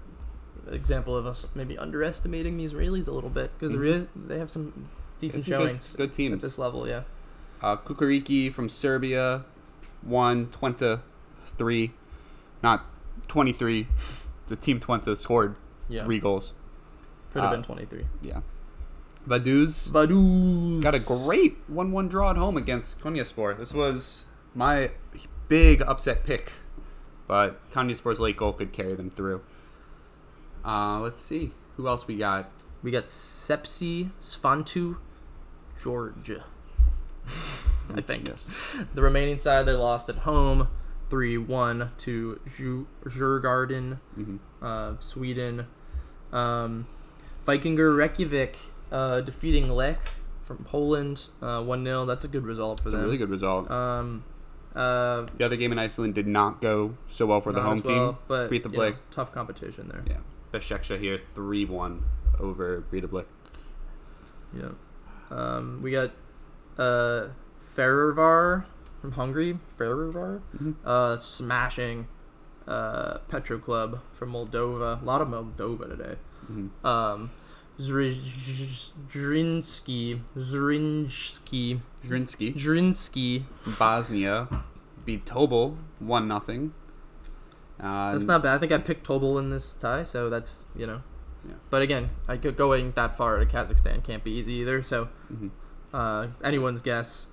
[SPEAKER 2] example of us maybe underestimating the Israelis a little bit because
[SPEAKER 1] Mm-hmm.
[SPEAKER 2] they have some decent
[SPEAKER 1] These are good,
[SPEAKER 2] showings
[SPEAKER 1] good
[SPEAKER 2] at
[SPEAKER 1] teams.
[SPEAKER 2] this level. Yeah.
[SPEAKER 1] Uh, Kukuriki from Serbia, won twenty three, not twenty three. The team Twente scored
[SPEAKER 2] Yeah.
[SPEAKER 1] three goals.
[SPEAKER 2] Could have
[SPEAKER 1] uh,
[SPEAKER 2] been twenty three.
[SPEAKER 1] Yeah, Vaduz
[SPEAKER 2] Vaduz
[SPEAKER 1] Got a great 1 1 draw at home against Konyaspor. This was my big upset pick, but Konyaspor's late goal could carry them through. Uh, let's see. Who else we got?
[SPEAKER 2] We got Sepsi Sfantu Georgia. I think.
[SPEAKER 1] Yes.
[SPEAKER 2] The remaining side they lost at home 3 1 to Ju- Djurgården,
[SPEAKER 1] Mhm.
[SPEAKER 2] uh, Sweden. Um, Vikinger Reykjavik uh, defeating Lech from Poland 1 0. That's a good result for
[SPEAKER 1] It's a
[SPEAKER 2] them.
[SPEAKER 1] really good result.
[SPEAKER 2] um, uh,
[SPEAKER 1] the other game in Iceland did not go so well for the
[SPEAKER 2] not
[SPEAKER 1] home
[SPEAKER 2] as well,
[SPEAKER 1] team.
[SPEAKER 2] But,
[SPEAKER 1] Beat the
[SPEAKER 2] you know,
[SPEAKER 1] Blick.
[SPEAKER 2] tough competition there.
[SPEAKER 1] Yeah. Besiktas here 3 1 over Rita Blick.
[SPEAKER 2] Yeah. Um, we got uh, Ferrovar from Hungary. Ferrovar?
[SPEAKER 1] Mhm.
[SPEAKER 2] Uh, smashing uh, Petro Club from Moldova. A lot of Moldova today.
[SPEAKER 1] Mhm.
[SPEAKER 2] Um, Zrinski. Zrinski.
[SPEAKER 1] Drinsky,
[SPEAKER 2] Zrinski.
[SPEAKER 1] Bosnia, beat Tobol 1 nothing. Uh,
[SPEAKER 2] That's not bad. I think I picked Tobol in this tie, so that's, you know.
[SPEAKER 1] Yeah.
[SPEAKER 2] But again, I go- going that far to Kazakhstan can't be easy either, so.
[SPEAKER 1] Mhm.
[SPEAKER 2] uh, anyone's guess.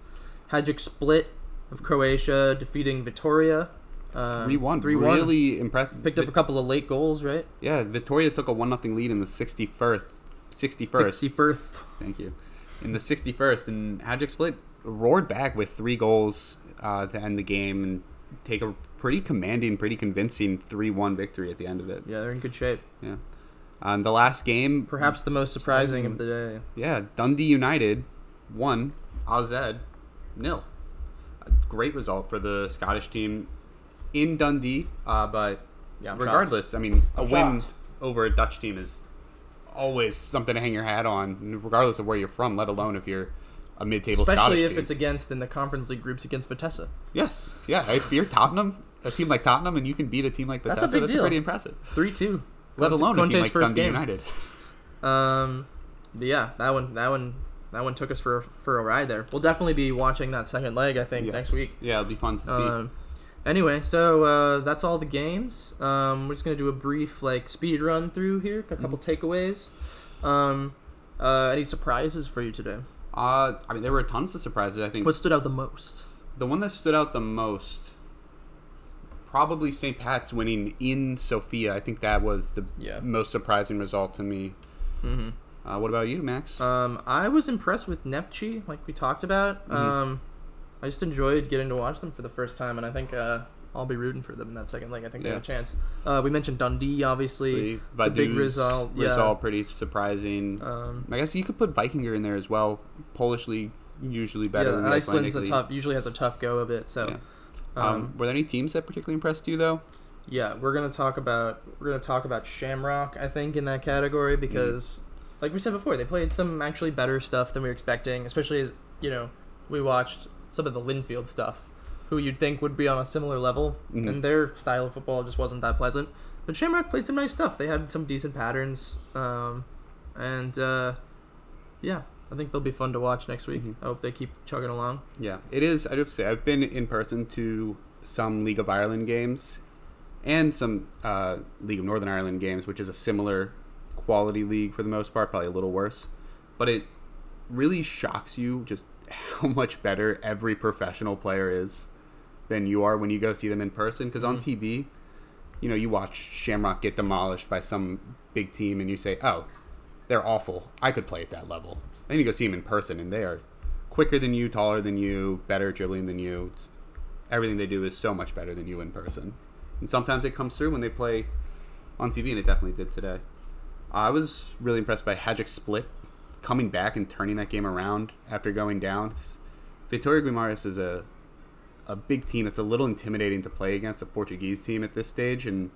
[SPEAKER 2] Hajduk Split of Croatia defeating Vitoria. Uh,
[SPEAKER 1] 3 1.
[SPEAKER 2] 3 1.
[SPEAKER 1] Really impressive.
[SPEAKER 2] Picked up a couple of late goals, right?
[SPEAKER 1] Yeah, Victoria took a one nothing lead in the sixty first, sixty first.
[SPEAKER 2] 61st.
[SPEAKER 1] Thank you. In the sixty first, and Hadjik Split roared back with three goals uh, to end the game and take a pretty commanding, pretty convincing three one victory at the end of it.
[SPEAKER 2] Yeah, they're in good shape.
[SPEAKER 1] Yeah. Um, the last game,
[SPEAKER 2] Perhaps the most surprising of the day.
[SPEAKER 1] yeah, Dundee United one, AZ nil. A great result for the Scottish team in Dundee, uh, but
[SPEAKER 2] Yeah, I'm
[SPEAKER 1] regardless, I mean, a
[SPEAKER 2] I'm
[SPEAKER 1] win
[SPEAKER 2] shocked.
[SPEAKER 1] over a Dutch team is always something to hang your hat on, regardless of where you're from, let alone if you're a mid-table
[SPEAKER 2] Especially
[SPEAKER 1] Scottish
[SPEAKER 2] if
[SPEAKER 1] team.
[SPEAKER 2] it's against in the Conference League groups against Vitesse.
[SPEAKER 1] yes, yeah. If you're Tottenham, a team like Tottenham, and you can beat a team like
[SPEAKER 2] That's
[SPEAKER 1] Bethesda,
[SPEAKER 2] a
[SPEAKER 1] that's,
[SPEAKER 2] big deal.
[SPEAKER 1] pretty impressive.
[SPEAKER 2] 3 2.
[SPEAKER 1] Let alone a team like
[SPEAKER 2] first
[SPEAKER 1] Dundee
[SPEAKER 2] game.
[SPEAKER 1] United.
[SPEAKER 2] Um, yeah, that one, that one, that one took us for for a ride there. We'll definitely be watching that second leg. I think
[SPEAKER 1] Yes.
[SPEAKER 2] next week.
[SPEAKER 1] Yeah, it'll be fun to see.
[SPEAKER 2] Um, anyway, so uh, that's all the games. Um, we're just gonna do a brief like speed run through here. Got a couple
[SPEAKER 1] Mm-hmm.
[SPEAKER 2] takeaways. Um, uh, any surprises for you today?
[SPEAKER 1] uh, I mean, there were tons of surprises. I think
[SPEAKER 2] What stood out the most?
[SPEAKER 1] the one that stood out the most. Probably St. Pat's winning in Sofia. I think that was the
[SPEAKER 2] Yeah.
[SPEAKER 1] most surprising result to me.
[SPEAKER 2] hmm
[SPEAKER 1] Uh, what about you, Max?
[SPEAKER 2] Um, I was impressed with Nepchi, like we talked about.
[SPEAKER 1] Mm-hmm.
[SPEAKER 2] Um, I just enjoyed getting to watch them for the first time, and I think uh, I'll be rooting for them in that second leg. I think they have
[SPEAKER 1] Yeah.
[SPEAKER 2] a chance. Uh, we mentioned Dundee, obviously.
[SPEAKER 1] Vadu's
[SPEAKER 2] it's a big result. Yeah.
[SPEAKER 1] result, pretty surprising.
[SPEAKER 2] Um,
[SPEAKER 1] I guess you could put Vikinger in there as well. Polish league usually better
[SPEAKER 2] yeah,
[SPEAKER 1] than the
[SPEAKER 2] Iceland's
[SPEAKER 1] Icelandic
[SPEAKER 2] a tough. Usually has a tough go of it. So,
[SPEAKER 1] Yeah. league.
[SPEAKER 2] um,
[SPEAKER 1] Um, were there any teams that particularly impressed you though?
[SPEAKER 2] Yeah, we're gonna talk about we're gonna talk about Shamrock, I think, in that
[SPEAKER 1] Mm.
[SPEAKER 2] category because, like we said before, they played some actually better stuff than we were expecting. Especially as you know, we watched some of the Linfield stuff who you'd think would be on a similar level,
[SPEAKER 1] Mhm.
[SPEAKER 2] and their style of football just wasn't that pleasant. But Shamrock played some nice stuff. They had some decent patterns, um, and uh, yeah, I think they'll be fun to watch next week.
[SPEAKER 1] Mhm.
[SPEAKER 2] I hope they keep chugging along.
[SPEAKER 1] Yeah, it is. I do have to say, I've been in person to some League of Ireland games and some uh, League of Northern Ireland games, which is a similar quality league for the most part, probably a little worse. But it really shocks you just *laughs* how much better every professional player is than you are when you go see them in person. Because on TV, you know, you watch Shamrock get demolished by some big team and you say, oh, they're awful. I could play at that level. Then you go see them in person and they are quicker than you, taller than you, better at dribbling than you. It's, everything they do is so much better than you in person. And sometimes it comes through when they play on TV, and it definitely did today. I was really impressed by Hadjik Split coming back and turning that game around after going down. It's, Vitória Guimarães is a a big team that's a little intimidating to play against a Portuguese team at this stage, and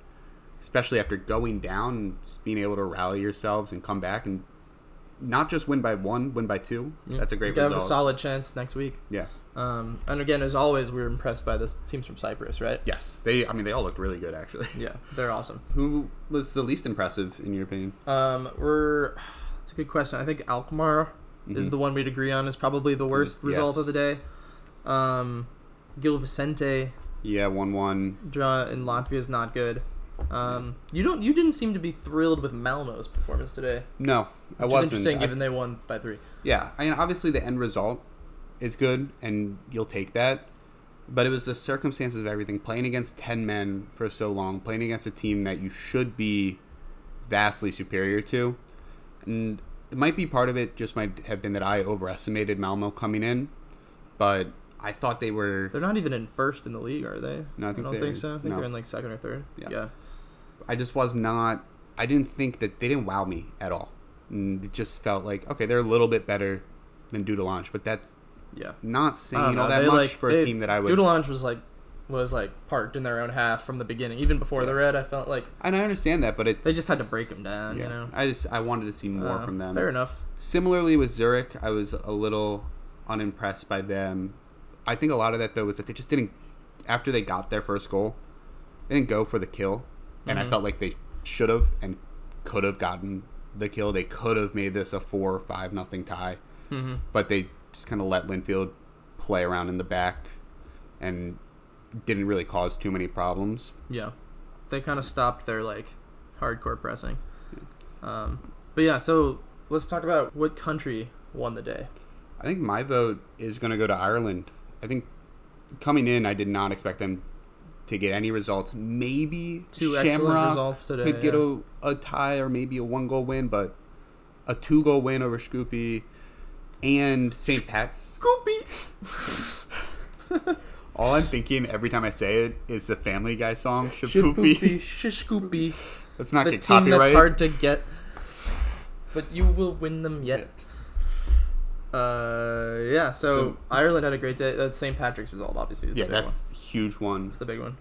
[SPEAKER 1] especially after going down and just being able to rally yourselves and come back and not just win by one, win by two. That's a great
[SPEAKER 2] They have a
[SPEAKER 1] result.
[SPEAKER 2] solid chance next week.
[SPEAKER 1] yeah.
[SPEAKER 2] Um, and again, as always, we were impressed by the teams from Cyprus, right?
[SPEAKER 1] Yes. They. I mean, they all looked really good, actually. *laughs*
[SPEAKER 2] Yeah, they're awesome.
[SPEAKER 1] Who was the least impressive in your opinion?
[SPEAKER 2] Um, we're it's a good question. I think Alkmaar is the one we'd agree on is probably the worst
[SPEAKER 1] Mm-hmm. Mm, Yes.
[SPEAKER 2] result of the day. Um, Gil Vicente
[SPEAKER 1] Yeah, one one.
[SPEAKER 2] draw in Latvia is not good. Um, you don't you didn't seem to be thrilled with Malmo's performance today.
[SPEAKER 1] No, I
[SPEAKER 2] Which
[SPEAKER 1] wasn't.
[SPEAKER 2] is interesting
[SPEAKER 1] I-
[SPEAKER 2] given they won by three.
[SPEAKER 1] yeah, I mean, obviously the end result is good, and you'll take that. But it was the circumstances of everything. Playing against ten men for so long, playing against a team that you should be vastly superior to, and it might be part of it. Just might have been that I overestimated Malmo coming in, but I thought they were.
[SPEAKER 2] They're not even in first in the league, are they?
[SPEAKER 1] No, I think
[SPEAKER 2] don't
[SPEAKER 1] they're-
[SPEAKER 2] think so. I think
[SPEAKER 1] no.
[SPEAKER 2] they're in like second or third.
[SPEAKER 1] Yeah.
[SPEAKER 2] yeah.
[SPEAKER 1] I just was not. I didn't think that they didn't wow me at all. And it just felt like okay, they're a little bit better than Dudelange, but that's
[SPEAKER 2] yeah.
[SPEAKER 1] not
[SPEAKER 2] I don't
[SPEAKER 1] saying
[SPEAKER 2] know,
[SPEAKER 1] all that
[SPEAKER 2] they,
[SPEAKER 1] much
[SPEAKER 2] like-
[SPEAKER 1] for a
[SPEAKER 2] they-
[SPEAKER 1] team that I would.
[SPEAKER 2] Dudelange was like was like parked in their own half from the beginning, even before the red. I felt like
[SPEAKER 1] and I understand that, but it's
[SPEAKER 2] they just had to break them down.
[SPEAKER 1] Yeah,
[SPEAKER 2] You know,
[SPEAKER 1] I just I wanted to see more
[SPEAKER 2] Uh,
[SPEAKER 1] from them.
[SPEAKER 2] Fair enough.
[SPEAKER 1] Similarly with Zurich, I was a little unimpressed by them. I think a lot of that though was that they just didn't. After they got their first goal, they didn't go for the kill, and
[SPEAKER 2] Mm-hmm.
[SPEAKER 1] I felt like they should have and could have gotten the kill. They could have made this a four or five nothing tie,
[SPEAKER 2] Mm-hmm.
[SPEAKER 1] but they just kind of let Linfield play around in the back and didn't really cause too many problems.
[SPEAKER 2] Yeah, they kind of stopped their like hardcore pressing. Um, but yeah, so let's talk about what country won the day.
[SPEAKER 1] I think my vote is going to go to Ireland. I think coming in, I did not expect them to get any results. Maybe
[SPEAKER 2] Two
[SPEAKER 1] Shamrock
[SPEAKER 2] excellent results today.
[SPEAKER 1] could get
[SPEAKER 2] yeah.
[SPEAKER 1] a, a tie or maybe a one goal win, but a two goal win over Scoopy and St. Pat's. All I'm thinking every time I say it is the Family Guy song, *laughs*
[SPEAKER 2] *laughs*
[SPEAKER 1] Shapoopy.
[SPEAKER 2] Shkoopy, Shishkoopy,
[SPEAKER 1] Let's not
[SPEAKER 2] the
[SPEAKER 1] get
[SPEAKER 2] team that's
[SPEAKER 1] copyrighted.
[SPEAKER 2] hard to get, but you will win them yet. Uh, yeah. So,
[SPEAKER 1] So-
[SPEAKER 2] Ireland had a great day. That's St. Patrick's result, obviously. is the
[SPEAKER 1] Yeah,
[SPEAKER 2] big one.
[SPEAKER 1] that's huge one.
[SPEAKER 2] It's the big one.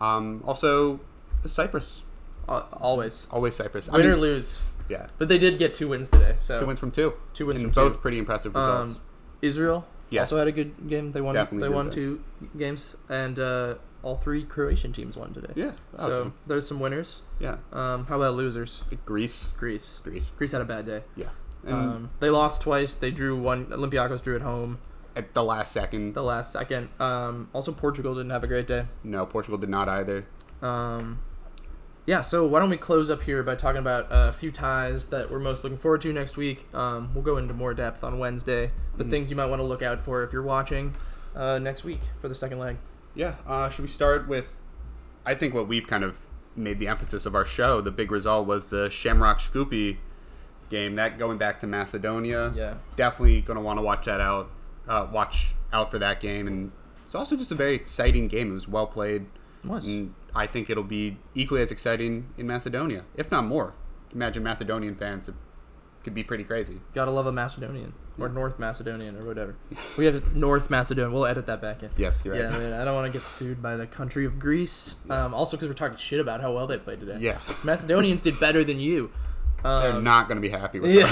[SPEAKER 1] Um, also, Cyprus.
[SPEAKER 2] Al- Always
[SPEAKER 1] Always Cyprus. I
[SPEAKER 2] win or
[SPEAKER 1] mean,
[SPEAKER 2] lose,
[SPEAKER 1] yeah,
[SPEAKER 2] but they did get two wins today. So
[SPEAKER 1] two wins from two.
[SPEAKER 2] two wins
[SPEAKER 1] and
[SPEAKER 2] from
[SPEAKER 1] both
[SPEAKER 2] two.
[SPEAKER 1] pretty impressive results.
[SPEAKER 2] Um, Israel
[SPEAKER 1] Yes.
[SPEAKER 2] also had a good game. They won.
[SPEAKER 1] Definitely
[SPEAKER 2] they
[SPEAKER 1] did
[SPEAKER 2] won
[SPEAKER 1] that.
[SPEAKER 2] two games, and uh, all three Croatian teams won today.
[SPEAKER 1] yeah.
[SPEAKER 2] so there's some winners.
[SPEAKER 1] yeah,
[SPEAKER 2] Um, how about losers?
[SPEAKER 1] Greece,
[SPEAKER 2] Greece.
[SPEAKER 1] Greece,
[SPEAKER 2] Greece had a bad day.
[SPEAKER 1] and
[SPEAKER 2] um, they lost twice. They drew one. Olympiacos drew at home
[SPEAKER 1] at the last second,
[SPEAKER 2] the last second. Um, also, Portugal didn't have a great day.
[SPEAKER 1] no, Portugal did not either.
[SPEAKER 2] Um, yeah, so why don't we close up here by talking about a few ties that we're most looking forward to next week? Um, we'll go into more depth on Wednesday, but
[SPEAKER 1] Mhm.
[SPEAKER 2] things you might want to look out for if you're watching uh, next week for the second leg.
[SPEAKER 1] Yeah, uh, should we start with? I think what we've kind of made the emphasis of our show. The big result was the Shamrock Scoopy game. That going back to Macedonia.
[SPEAKER 2] Yeah.
[SPEAKER 1] definitely going to want to watch that out. Uh, watch out for that game, and it's also just a very exciting game. It was well played.
[SPEAKER 2] Was.
[SPEAKER 1] And I think it'll be equally as exciting in Macedonia, if not more. Imagine Macedonian fans it could be pretty crazy.
[SPEAKER 2] Gotta love a Macedonian or North Macedonian
[SPEAKER 1] *laughs*
[SPEAKER 2] or whatever. we have North Macedonian. We'll edit that back in.
[SPEAKER 1] Yes, you're
[SPEAKER 2] Yeah, I, mean, I don't want to get sued by the country
[SPEAKER 1] *laughs*
[SPEAKER 2] of Greece. Um, also, because we're talking shit about how well they played today.
[SPEAKER 1] Yeah.
[SPEAKER 2] Macedonians did better than you.
[SPEAKER 1] They're
[SPEAKER 2] Um,
[SPEAKER 1] not going to be happy with
[SPEAKER 2] yeah.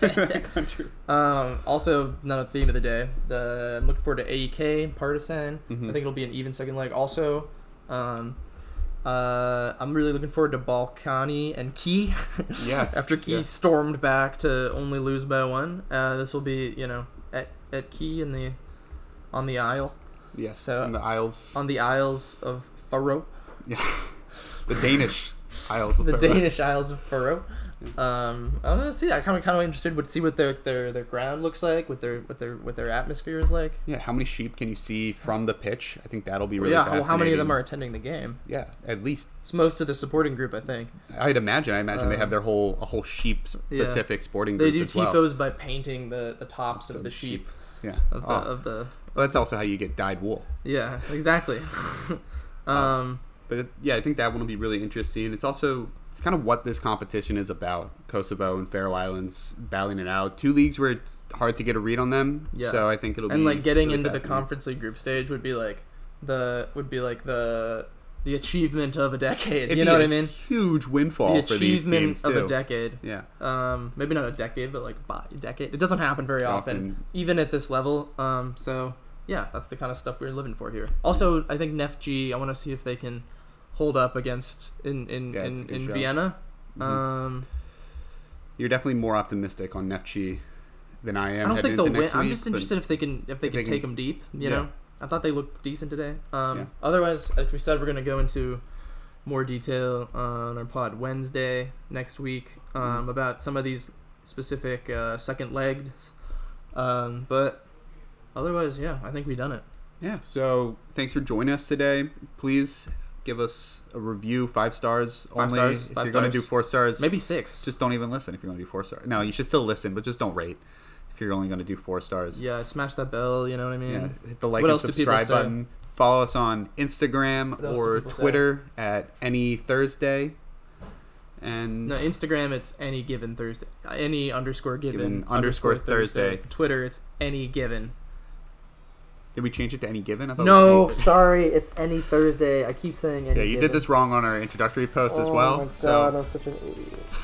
[SPEAKER 1] that.
[SPEAKER 2] *laughs*
[SPEAKER 1] country.
[SPEAKER 2] Um, also, another theme of the day. The I'm looking forward to AEK Partisan.
[SPEAKER 1] Mhm.
[SPEAKER 2] I think it'll be an even second leg. Also, um, uh, I'm really looking forward to Balkani and Key. *laughs*
[SPEAKER 1] Yes,
[SPEAKER 2] After Key
[SPEAKER 1] yeah.
[SPEAKER 2] stormed back to only lose by one, uh, this will be you know at at Key in the on the aisle
[SPEAKER 1] Yes,
[SPEAKER 2] So-
[SPEAKER 1] in the Isles.
[SPEAKER 2] on the Isles of Faroe,
[SPEAKER 1] *laughs* yeah. The Danish Isles. of
[SPEAKER 2] the
[SPEAKER 1] Faroe.
[SPEAKER 2] Danish Isles of Faroe. Um, I want to see. I kind of kind of interested would see what their, their their ground looks like, what their what their what their atmosphere is like.
[SPEAKER 1] Yeah, how many sheep can you see from the pitch? I think that'll be really
[SPEAKER 2] yeah, well, how many of them
[SPEAKER 1] fascinating.
[SPEAKER 2] are attending the game?
[SPEAKER 1] Yeah, at least
[SPEAKER 2] It's most of the supporting group, I think.
[SPEAKER 1] I'd imagine. I imagine they
[SPEAKER 2] Um,
[SPEAKER 1] have their whole a whole sheep specific sporting
[SPEAKER 2] They
[SPEAKER 1] group
[SPEAKER 2] do
[SPEAKER 1] as well.
[SPEAKER 2] tifos by painting the, the tops of
[SPEAKER 1] Some
[SPEAKER 2] the sheep,
[SPEAKER 1] Yeah,
[SPEAKER 2] of, the,
[SPEAKER 1] Oh,
[SPEAKER 2] of the
[SPEAKER 1] well, that's also how you get dyed wool.
[SPEAKER 2] yeah exactly. *laughs*
[SPEAKER 1] Oh.
[SPEAKER 2] um,
[SPEAKER 1] But it- yeah, I think that one will be really interesting. It's also it's kind of what this competition is about. Kosovo and Faroe Islands battling it out. Two leagues where it's hard to get a read on them.
[SPEAKER 2] Yeah.
[SPEAKER 1] So I think it'll be
[SPEAKER 2] and like getting
[SPEAKER 1] really
[SPEAKER 2] into the
[SPEAKER 1] fascinating.
[SPEAKER 2] conference league group stage would be like the would be like the the achievement of a decade.
[SPEAKER 1] It'd be
[SPEAKER 2] you know what
[SPEAKER 1] a
[SPEAKER 2] I mean?
[SPEAKER 1] Huge windfall
[SPEAKER 2] The
[SPEAKER 1] for these
[SPEAKER 2] achievement
[SPEAKER 1] teams
[SPEAKER 2] of
[SPEAKER 1] too.
[SPEAKER 2] a decade.
[SPEAKER 1] yeah.
[SPEAKER 2] Um, maybe not a decade, but like by a decade. It doesn't happen very often,
[SPEAKER 1] Often.
[SPEAKER 2] even at this level. Um, so yeah, that's the kind of stuff we're living for here.
[SPEAKER 1] Mm-hmm.
[SPEAKER 2] Also, I think Nef G. I want to see if they can hold up against in in
[SPEAKER 1] Yeah, it's a
[SPEAKER 2] in,
[SPEAKER 1] good
[SPEAKER 2] in
[SPEAKER 1] show.
[SPEAKER 2] Vienna.
[SPEAKER 1] Mhm.
[SPEAKER 2] Um,
[SPEAKER 1] You're definitely more optimistic on Nefchi than I am.
[SPEAKER 2] I don't
[SPEAKER 1] heading
[SPEAKER 2] think they'll
[SPEAKER 1] into
[SPEAKER 2] win.
[SPEAKER 1] next
[SPEAKER 2] I'm
[SPEAKER 1] week,
[SPEAKER 2] just
[SPEAKER 1] but-
[SPEAKER 2] interested if they can if they
[SPEAKER 1] if
[SPEAKER 2] can
[SPEAKER 1] they
[SPEAKER 2] take
[SPEAKER 1] can-
[SPEAKER 2] them deep. You
[SPEAKER 1] yeah.
[SPEAKER 2] know, I thought they looked decent today. Um,
[SPEAKER 1] Yeah.
[SPEAKER 2] Otherwise, like we said, we're gonna go into more detail on our pod Wednesday next week
[SPEAKER 1] Mm-hmm.
[SPEAKER 2] um, about some of these specific uh, second legs. Um, but otherwise, yeah, I think we done it.
[SPEAKER 1] Yeah. So thanks for joining us today. Please give us a review, five stars
[SPEAKER 2] Five
[SPEAKER 1] only.
[SPEAKER 2] stars,
[SPEAKER 1] if
[SPEAKER 2] five
[SPEAKER 1] you're going to
[SPEAKER 2] stars.
[SPEAKER 1] do four stars,
[SPEAKER 2] Maybe six.
[SPEAKER 1] just don't even listen. If you're going to do four stars, no, you should still listen, but just don't rate. If you're only going to do four stars,
[SPEAKER 2] yeah, smash that bell. You know what I mean.
[SPEAKER 1] Yeah, hit the like and
[SPEAKER 2] What else do people
[SPEAKER 1] subscribe
[SPEAKER 2] say?
[SPEAKER 1] button. Follow us on
[SPEAKER 2] What
[SPEAKER 1] Instagram
[SPEAKER 2] else do
[SPEAKER 1] or
[SPEAKER 2] people say?
[SPEAKER 1] Twitter at any Thursday. And
[SPEAKER 2] No, Instagram it's any given Thursday. Any underscore given,
[SPEAKER 1] Given underscore Thursday.
[SPEAKER 2] Twitter it's any given.
[SPEAKER 1] did we change it to any given? I thought it
[SPEAKER 2] No,
[SPEAKER 1] was any-
[SPEAKER 2] sorry, it's any Thursday. I keep saying any.
[SPEAKER 1] Yeah, you did
[SPEAKER 2] given.
[SPEAKER 1] this wrong on our introductory post as
[SPEAKER 2] Oh
[SPEAKER 1] well.
[SPEAKER 2] my God,
[SPEAKER 1] so
[SPEAKER 2] I'm such an idiot. *laughs*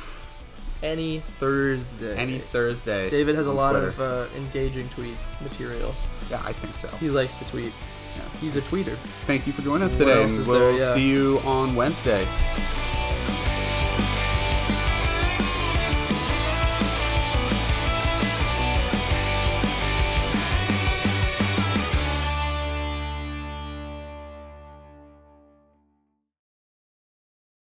[SPEAKER 2] Any Thursday.
[SPEAKER 1] any Thursday.
[SPEAKER 2] David has a
[SPEAKER 1] on
[SPEAKER 2] lot
[SPEAKER 1] Twitter.
[SPEAKER 2] of uh, engaging tweet material.
[SPEAKER 1] Yeah, I think so.
[SPEAKER 2] He likes to tweet.
[SPEAKER 1] Yeah.
[SPEAKER 2] He's a tweeter.
[SPEAKER 1] Thank you for joining us
[SPEAKER 2] What
[SPEAKER 1] today.
[SPEAKER 2] else
[SPEAKER 1] and
[SPEAKER 2] is
[SPEAKER 1] we'll
[SPEAKER 2] there? Yeah.
[SPEAKER 1] see you on Wednesday.